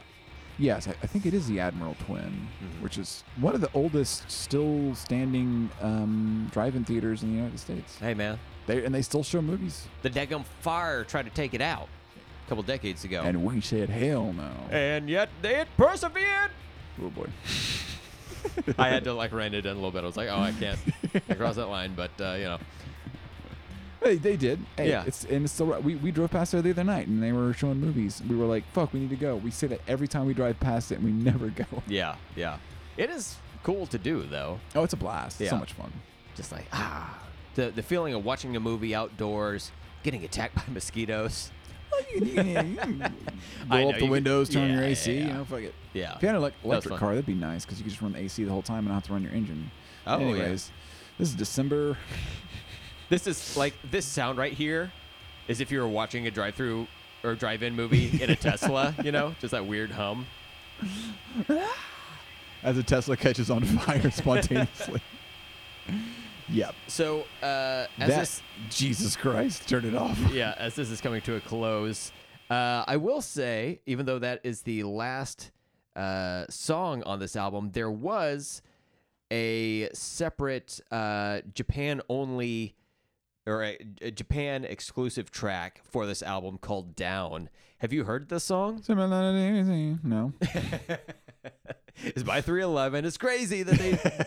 yes, I, I think it is the Admiral Twin, which is one of the oldest still standing um, drive in theaters in the United States. Hey, man, They, and they still show movies. the Degum Fire tried to take it out a couple decades ago, And we said, hell no. and yet it persevered. Oh boy. I had to like rein it in a little bit. I was like, oh, I can't I cross that line, but uh, you know. Hey, they did. Hey, Yeah. It's and it's still right. We, we drove past there the other night and they were showing movies. We were like, fuck, we need to go. We say that every time we drive past it and we never go. Yeah, yeah. It is cool to do though. Oh, it's a blast. It's Yeah. so much fun. Just like ah, the the feeling of watching a movie outdoors, getting attacked by mosquitoes. I Roll know, up you the could- windows, turn on yeah, your yeah, AC. yeah. You know, fuck it. Yeah. If you had an like, was electric fun. car, that'd be nice because you could just run the AC the whole time and not have to run your engine. Oh, yeah. Anyways, this is December. This is like this sound right here is if you were watching a drive-through or drive-in movie in a Tesla, you know, just that weird hum. As a Tesla catches on fire spontaneously. yep. So uh, as that, this Jesus Christ, turn it off. yeah, as this is coming to a close, uh, I will say, even though that is the last uh, song on this album, there was a separate uh, Japan only or a, a Japan exclusive track for this album called Down. Have you heard this song? No. It's by 311. It's crazy that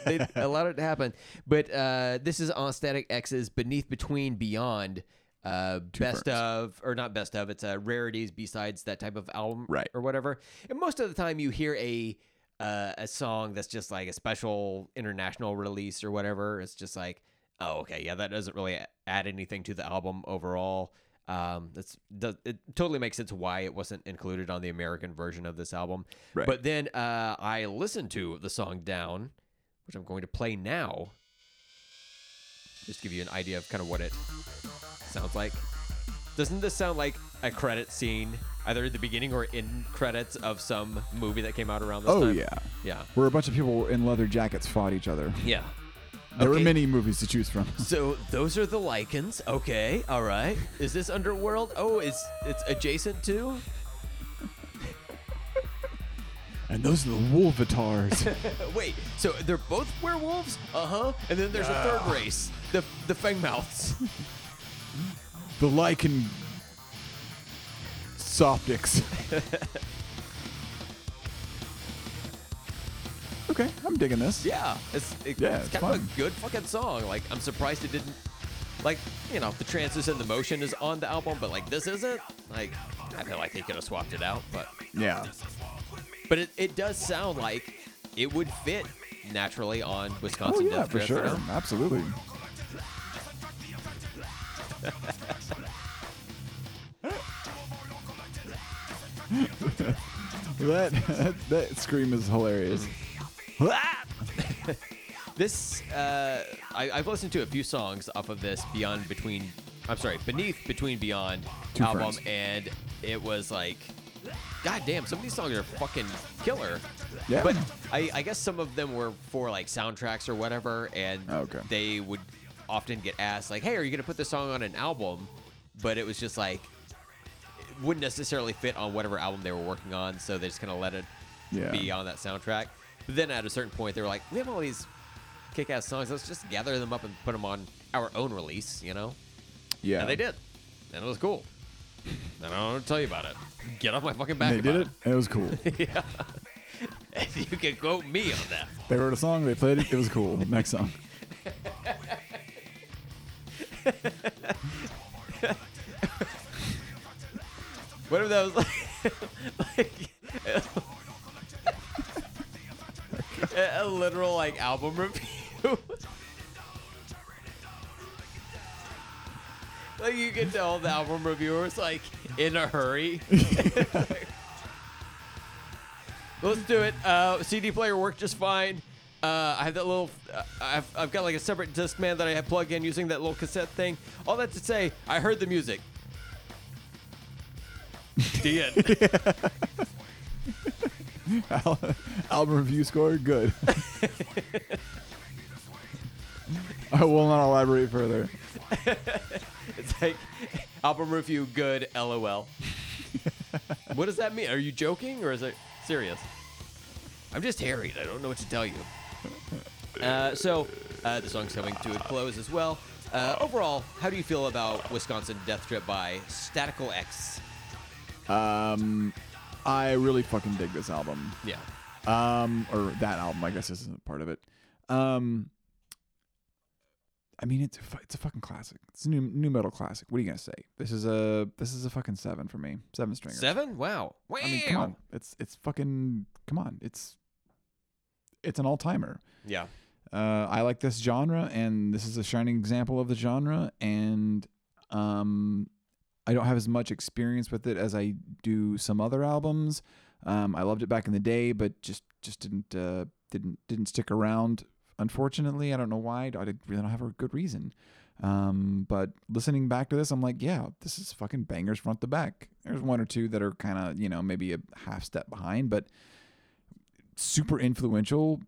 they, they allowed it to happen. But uh, this is on Static X's Beneath, Between, Beyond. Uh, best firms. of, or not best of, it's uh, rarities, besides that type of album Right. or whatever. And most of the time you hear a uh, a song that's just like a special international release or whatever. It's just like, oh, okay, yeah, that doesn't really a- add anything to the album overall. Um, that's does, it totally makes sense why it wasn't included on the American version of this album. Right. But then uh, I listened to the song Down, which I'm going to play now. Just give you an idea of kind of what it sounds like. Doesn't this sound like a credit scene, either at the beginning or in credits of some movie that came out around this Oh time? yeah. yeah, Where a bunch of people in leather jackets fought each other. yeah. There were Okay. many movies to choose from. So those are the lichens. Okay, all right. Is this underworld? Oh, it's it's adjacent to. and those are the Wolvatars. Wait, so they're both werewolves? Uh huh. And then there's a third race, the the Fangmouths. the Lycan Soptics. okay, I'm digging this. Yeah, it's it- Yeah, it's it's kind of fun. a good fucking song. Like I'm surprised it didn't. Like you know, the trances and the motion is on the album, but like this isn't. Like I feel like they could have swapped it out, but Yeah. but it, it does sound like it would fit naturally on Oh, Wisconsin Death Trip, you know? Absolutely. that, that that scream is hilarious. This uh, I, I've listened to a few songs off of this Beyond Between. I'm sorry, Beneath Between Beyond Two album, Ferns. and it was like, God damn, some of these songs are fucking killer. Yeah. But I, I guess some of them were for like soundtracks or whatever, and Oh, Okay. they would often get asked like, "Hey, are you gonna put this song on an album?" But it was just like, it wouldn't necessarily fit on whatever album they were working on, so they just kind of let it Yeah. be on that soundtrack. But then at a certain point, they were like, "We have all these kick-ass songs. Let's just gather them up and put them on our own release," you know? Yeah. And they did, and it was cool. And I don't want to tell you about it. Get off my fucking back. They did it. about and It was cool. it. you can quote me on that. they wrote a song. They played it. It was cool. Next song. Whatever that was like. like a, a literal like album review. like you can tell the album reviewers like in a hurry. Let's do it. Uh, CD player worked just fine. Uh, I have that little. Uh, I've, I've got like a separate disc man that I have plugged in using that little cassette thing. All that to say, I heard the music. The end. Al- album review score good. I will not elaborate further. It's like album review good LOL. what does that mean? Are you joking or is it serious? I'm just harried. I don't know what to tell you. Uh, so uh, the song's coming to a close as well. Uh, overall, how do you feel about Wisconsin Death Trip by Statical X? Um, I really fucking dig this album. Yeah. um, or that album, I guess, isn't part of it. Um, I mean, it's a fu- it's a fucking classic. It's a new new metal classic. What are you gonna say? This is a this is a fucking seven for me. Seven stringer. Seven? Wow. Wow. I mean, come on. It's it's fucking come on. It's it's an all timer. Yeah. Uh, I like this genre, and this is a shining example of the genre. And um, I don't have as much experience with it as I do some other albums. Um, I loved it back in the day, but just just didn't uh, didn't didn't stick around. Unfortunately, I don't know why. I didn't- really don't have a good reason. Um, but listening back to this, I'm like, yeah, this is fucking bangers front to back. There's one or two that are kind of you know maybe a half step behind, but super influential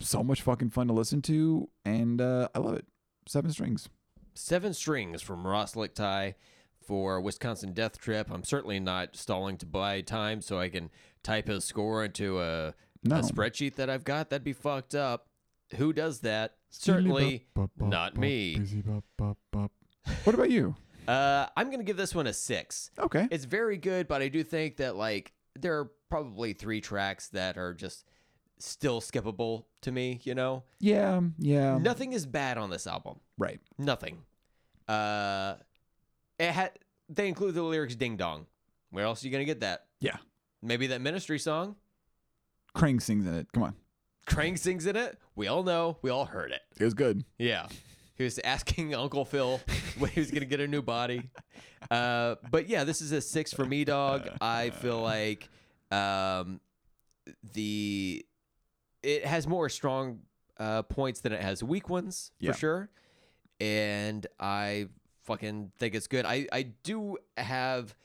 so much fucking fun to listen to, and uh, I love it. Seven strings. Seven strings from Ross Lichtai for Wisconsin Death Trip. I'm certainly not stalling to buy time so I can type his score into a, No. a spreadsheet that I've got. That'd be fucked up. Who does that? Certainly not me. What about you? Uh, I'm going to give this one a six. Okay. It's very good, but I do think that like there are probably three tracks that are just still skippable to me, you know? yeah, yeah. Nothing is bad on this album. Right. Nothing. Uh, it had they include the lyrics "Ding Dong." Where else are you gonna get that? Yeah. Maybe that Ministry song. Krang sings in it. Come on. Krang sings in it. We all know. We all heard it. It was good. Yeah. He was asking Uncle Phil when he was going to get a new body. Uh, but yeah, this is a six for me, dog. I feel like um, the it has more strong uh, points than it has weak ones Yeah. for sure. And I fucking think it's good. I, I do have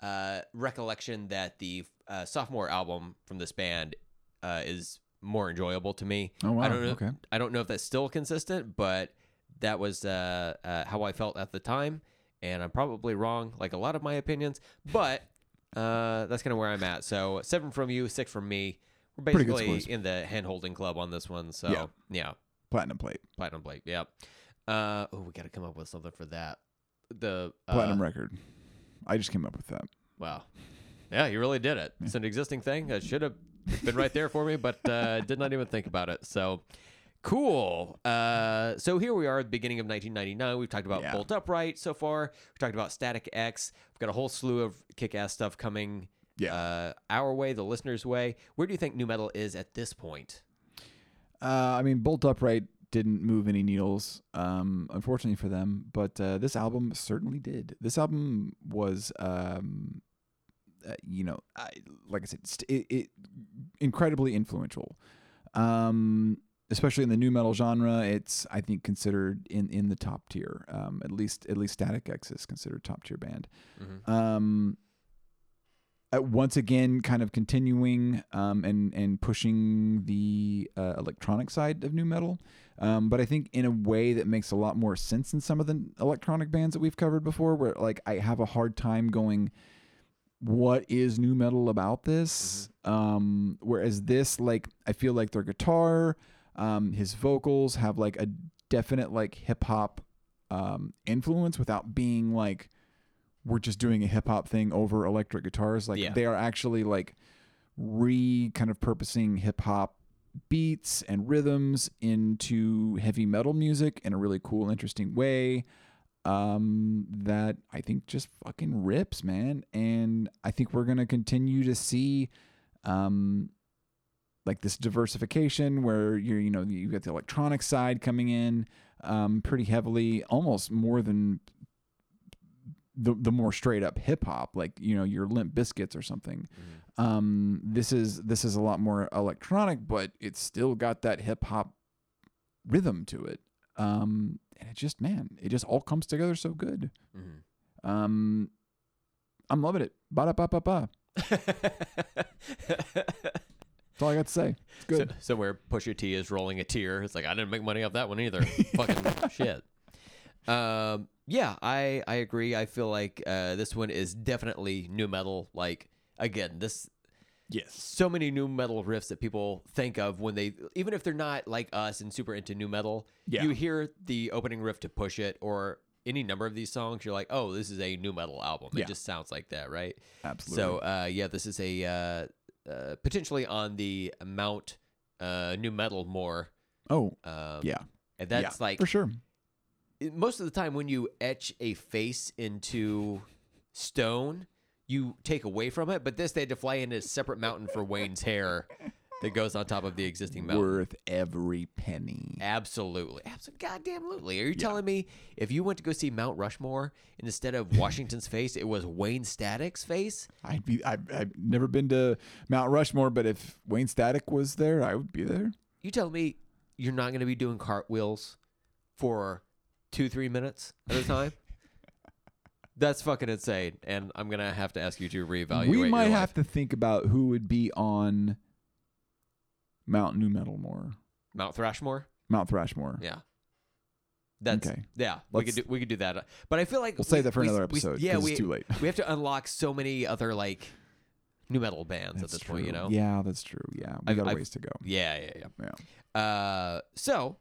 uh, recollection that the uh, sophomore album from this band uh, is more enjoyable to me. Oh, wow. I don't know. Okay. I don't know if that's still consistent, but that was uh, uh, how I felt at the time, and I'm probably wrong, like a lot of my opinions. But uh, that's kind of where I'm at. So seven from you, six from me. We're Pretty good basically scores. in the hand holding club on this one. So Yeah. yeah. Platinum plate, Platinum Blake. Yep. Uh, oh, we got to come up with something for that. The uh, platinum record. I just came up with that. Wow. Yeah, you really did it. It's an existing thing. It should have been right there for me, but uh, did not even think about it. So cool. Uh, so here we are at the beginning of 1999. We've talked about Yeah. Bolt Upright so far. We've talked about Static X. We've got a whole slew of kick ass stuff coming Yeah. uh, our way, the listener's way. Where do you think new metal is at this point? Uh, I mean, Bolt Upright didn't move any needles, um, unfortunately for them, but uh, this album certainly did. This album was, um, uh, you know, I, like I said, st- it, it incredibly influential, um, especially in the new metal genre. It's I think considered in in the top tier. Um, at least at least Static X is considered top tier band. Um, uh, once again kind of continuing um, and and pushing the uh, electronic side of new metal, um, but I think in a way that makes a lot more sense than some of the electronic bands that we've covered before. Where like I have a hard time going, what is new metal about this? Um, whereas this, like, I feel like their guitar, um, his vocals have like a definite like hip hop um, influence without being like we're just doing a hip hop thing over electric guitars. Like Yeah. they are actually like re kind of purposing hip hop beats and rhythms into heavy metal music in a really cool, interesting way. Um, that I think just fucking rips, man. And I think we're gonna continue to see, um, like this diversification where you're, you know, you got the electronic side coming in, um, pretty heavily, almost more than the the more straight up hip hop, like you know your Limp Biscuits or something. Um, this is this is a lot more electronic, but it's still got that hip hop rhythm to it. Um, and it just man, it just all comes together so good. Um, I'm loving it. Ba da ba ba ba. Mm-hmm. That's all I got to say. It's good. So, somewhere Pusha T is rolling a tear. It's like I didn't make money off that one either. Fucking shit. Um, yeah, I I agree. I feel like uh, this one is definitely new metal. Like again, this yes. so many new metal riffs that people think of when they even if they're not like us and super into new metal. Yeah. You hear the opening riff to Push It or any number of these songs, you're like, oh, this is a new metal album. It Yeah. just sounds like that, right? Absolutely. So uh, yeah, this is a uh, uh, potentially on the Mount uh, New Metal more. Oh Um, yeah. and Yeah, that's like for sure. it- most of the time when you etch a face into stone, you take away from it. But this, they had to fly in a separate mountain for Wayne's hair that goes on top of the existing mountain. Worth every penny. Absolutely. Absolutely. Goddamn absolutely. Are you telling me if you went to go see Mount Rushmore and instead of Washington's face, it was Wayne Static's face? I'd be. I've, I've never been to Mount Rushmore, but if Wayne Static was there, I would be there. you tell me you're not going to be doing cartwheels for two, three minutes at a time? That's fucking insane. And I'm going to have to ask you to reevaluate. we might your have life. to think about who would be on Mount New Metal more, Mount Thrashmore. Mount Thrashmore. Yeah. That's Okay. yeah. We could Let's- do we could do that, but I feel like We'll save we- that for we- another we- episode, yeah, 'cause it's we, too late. we have to unlock so many other like new metal bands That's at this true. point. You know, Yeah, that's true. Yeah, we I've- got a I've- ways to go. yeah, yeah, yeah. Yeah. Uh, so,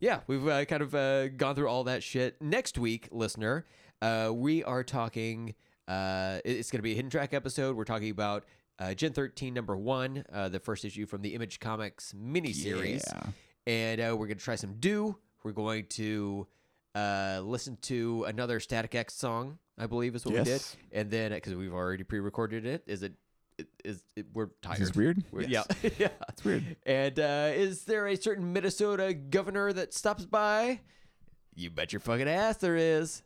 yeah, we've uh, kind of uh, gone through all that shit. Next week, listener, uh, we are talking. Uh, it- it's going to be a hidden track episode. We're talking about uh, Gen 13, number one, uh, the first issue from the Image Comics miniseries. Yeah. And uh, we're going to try some do. We're going to uh, listen to another Static X song, I believe is what we did. Yes. And then, because we've already pre recorded it, is it? Is it, we're tired. this weird? We're- Yes. Yeah, yeah, It's weird. and uh, is there a certain Minnesota governor that stops by? You bet your fucking ass there is.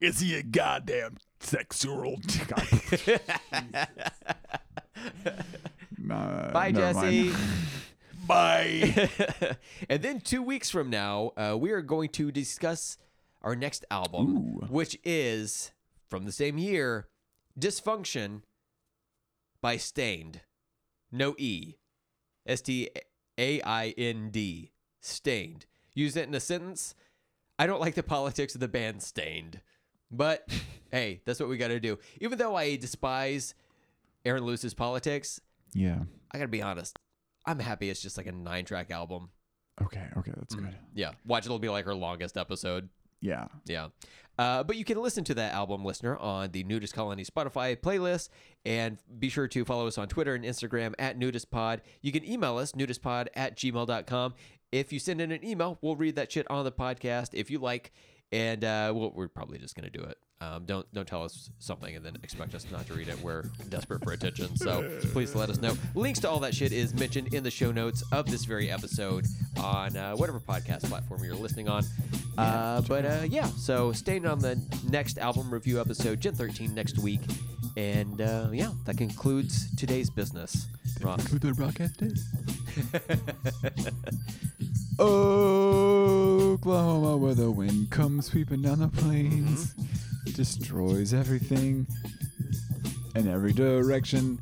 Is he a goddamn sexual? Nah, Bye, Uh, never mind. Jesse. Bye. and then two weeks from now, uh, we are going to discuss our next album, Ooh. which is from the same year, Dysfunction by Stained. No E. S T A I N D. Stained. Use it in a sentence. I don't like the politics of the band Stained. But hey, that's what we got to do. Even though I despise Aaron Lewis's politics, Yeah. I gotta be honest. I'm happy it's just like a nine track album. Okay, okay, that's good. Yeah. Watch it'll be like her longest episode. Mm. Yeah. Yeah. Uh, but you can listen to that album, listener, on the Nudist Colony Spotify playlist. And be sure to follow us on Twitter and Instagram at NudistPod. You can email us, nudistpod at gmail.com. If you send in an email, we'll read that shit on the podcast if you like. And uh, we'll, we're probably just going to do it. Um, don't don't tell us something and then expect us not to read it. We're desperate for attention, so please let us know. Links to all that shit is mentioned in the show notes of this very episode on uh, whatever podcast platform you're listening on. Uh, but uh, yeah, so staying on the next album review episode, Gen 13, next week. And uh, yeah, that concludes today's business. Rock. the rocket Oklahoma, where the wind comes sweeping down the plains, destroys everything in every direction.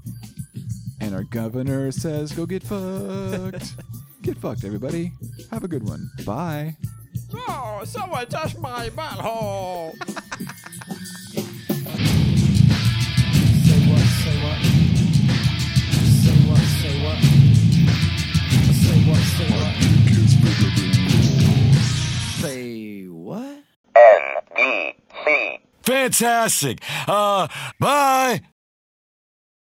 And our governor says, go get fucked. get fucked, everybody. Have a good one. Bye. Oh, someone touched my butthole! Say what, say what. Say what, say what. Say what, say what. Fantastic. Uh, bye.